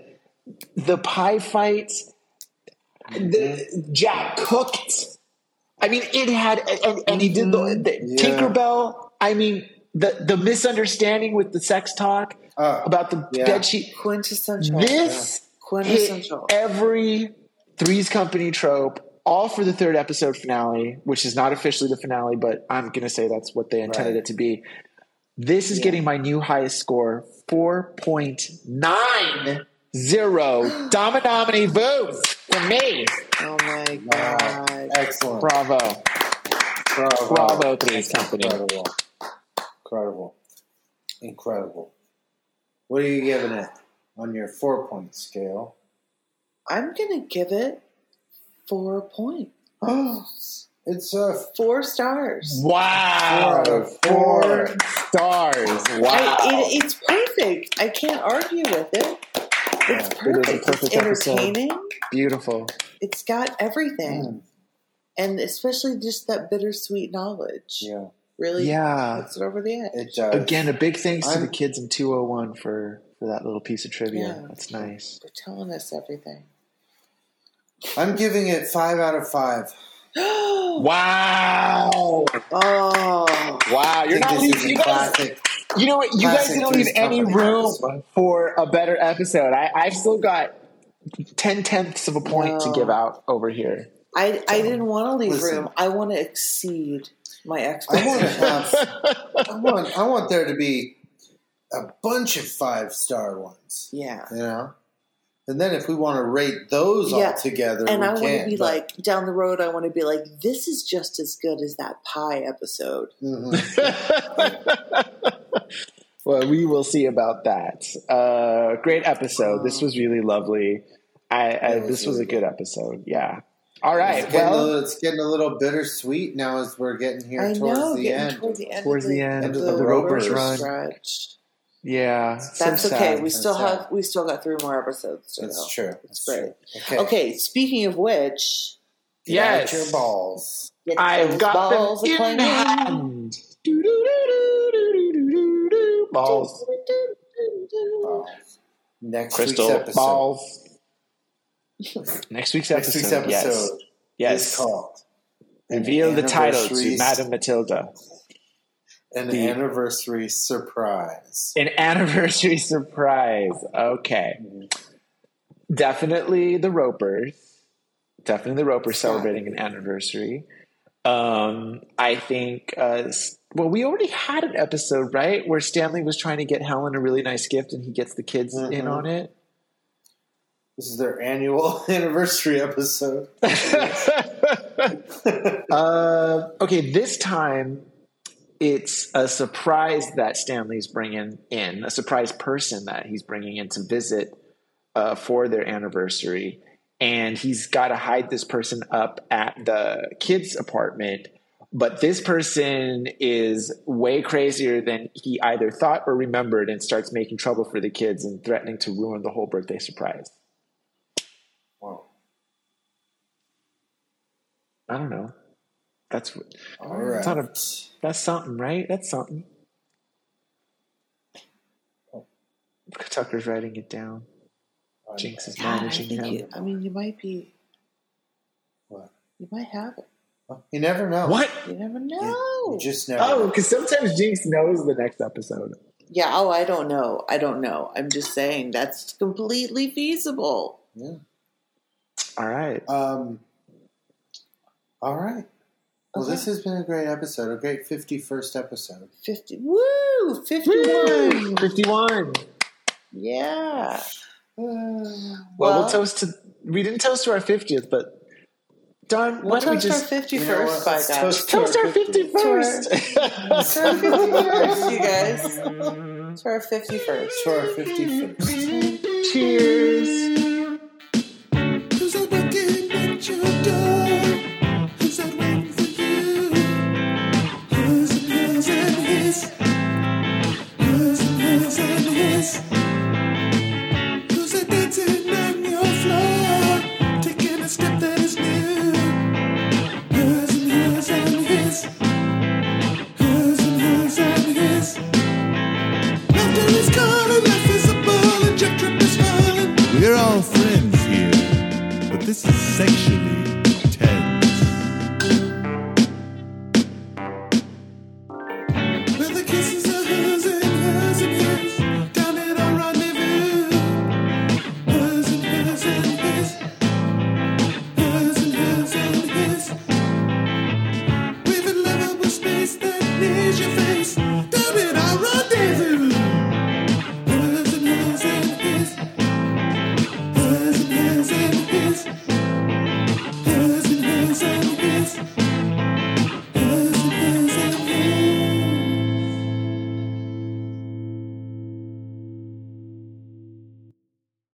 the pie fights.
Mm-hmm.
The Jack cooked. I mean, it had and, and he did the, the
Mhm. Yeah.
Tinkerbell. I mean, the the misunderstanding with the sex talk
Oh,
about the
yeah.
bed sheet.
Quintessential.
This hit
Quintessential.
every Three's Company trope, all for the third episode finale, which is not officially the finale, but I'm going to say that's what they intended
Right.
it to be. This is
Yeah.
getting my new highest score 4.90. Dominomini votes for me.
Oh my
wow.
god.
Excellent.
Bravo.
Bravo.
Bravo, Three's
That's
Company.
Incredible. Incredible. Incredible. What are you giving it on your four point scale?
I'm gonna give it four points.
it's a
Four stars.
Wow.
Four out of
Four
four.
stars. Wow.
I, it, it's perfect. I can't argue with it. It's
Yeah,
it is a
perfect.
perfect
it's
episode.
entertaining.
Beautiful.
It's got everything,
Mm,
and especially just that bittersweet knowledge
yeah,
really
Yeah.
puts it over the edge.
it does.
Again, a big thanks to the
I'm-
kids in 201 for, for that little piece of trivia.
Yeah.
That's nice.
They're telling us everything. *gasps*
I'm giving it five out of five.
oh,
Wow! Wow!
I
You're
think
not
this is
leaving.
a
You guys,
classic.
you know what? You guys
classic
didn't leave
Three's
any
Company
room
episode.
for a better episode. I, I've still got ten tenths of a point to
No.
give out over here.
I, I didn't want to leave
Listen.
room. I want to exceed my
I want to
expectations.
have. I want. I want there to be a bunch of five star ones.
yeah.
You know. And then if we want to rate those
Yeah,
all together,
And
we
I want
can.
to be
but-
like, down the road, I want to be like, this is just as good as that pie episode.
Mhm.
well, we will see about that. Uh, great episode. This was really lovely. I, I
It was
this was a
really
good episode. Yeah. All right.
It's getting, a
Well,
little, it's getting a little bittersweet now as we're getting here
I
towards
know,
the
getting
end.
toward the end,
Towards
of the,
the end
of
the,
the
Roper's
Roper's Run.
stretch.
yeah. So
That's
sad.
okay. We
So
still
sad.
have we still got three more episodes. To
That's
go.
true. That's
It's great.
True. Okay.
Okay, speaking of which,
Get
Yes.
out your balls.
get
I've
those
got
balls
them in
a-clanging.
hand. Do-do-do-do-do-do-do-do. Balls.
Balls. uh, Next
Crystal
week's episode.
balls. Next week's episode.
Next week's episode
Yes.
is
yes.
called
Reveal the title to
Anniversaries.
Madame Matilda.
An
The-
Anniversary Surprise.
An anniversary *laughs* surprise. Okay. Definitely the Ropers. Definitely the Ropers
gotta
celebrating an anniversary. Um, I think, uh, s- well, we already had an episode, right? Where Stanley was trying to get Helen a really nice gift and he gets the kids in
Mhm.
on it.
This is their annual *laughs* anniversary episode.
*laughs* uh, okay, this time it's a surprise that Stanley's bringing in, a surprise person that he's bringing in to visit uh, for their anniversary. And he's got to hide this person up at the kids' apartment. But this person is way crazier than he either thought or remembered and starts making trouble for the kids and threatening to ruin the whole birthday surprise.
Wow.
I don't know. That's
All right.
not a- That's something, right? That's something. Tucker's writing it down. Jinx is
God, I
managing
think
him.
you. I mean, you might be.
What?
You might have it.
You never know.
What?
You never
You,
know.
you just never
Oh,
know.
because sometimes Jinx knows the next episode.
yeah. Oh, I don't know. I don't know. I'm just saying that's completely feasible.
Yeah.
All right.
Um, all right. Well,
Okay.
this has been a great episode, a great 51st episode.
Fifty. Woo! Fifty-one.
Woo! 51.
Yeah.
Uh,
Well,
Well-
we'll toast to. We didn't toast to our 50th, but Darn, why
What's
don't we
on Star
just
51st,
You know what?
by
Let's
God?
toast to
toast
our
our 51st?
Star 51st, you guys.
*laughs*
It's our 51st.
To our 51st.
*laughs* Cheers.
Who's that knocking at your door? Who's that waiting for you? Who's the blues and hiss? Who's the blues and hiss? Who's that dancing on your floor? Taking a step that is new. Who's the blues and hiss?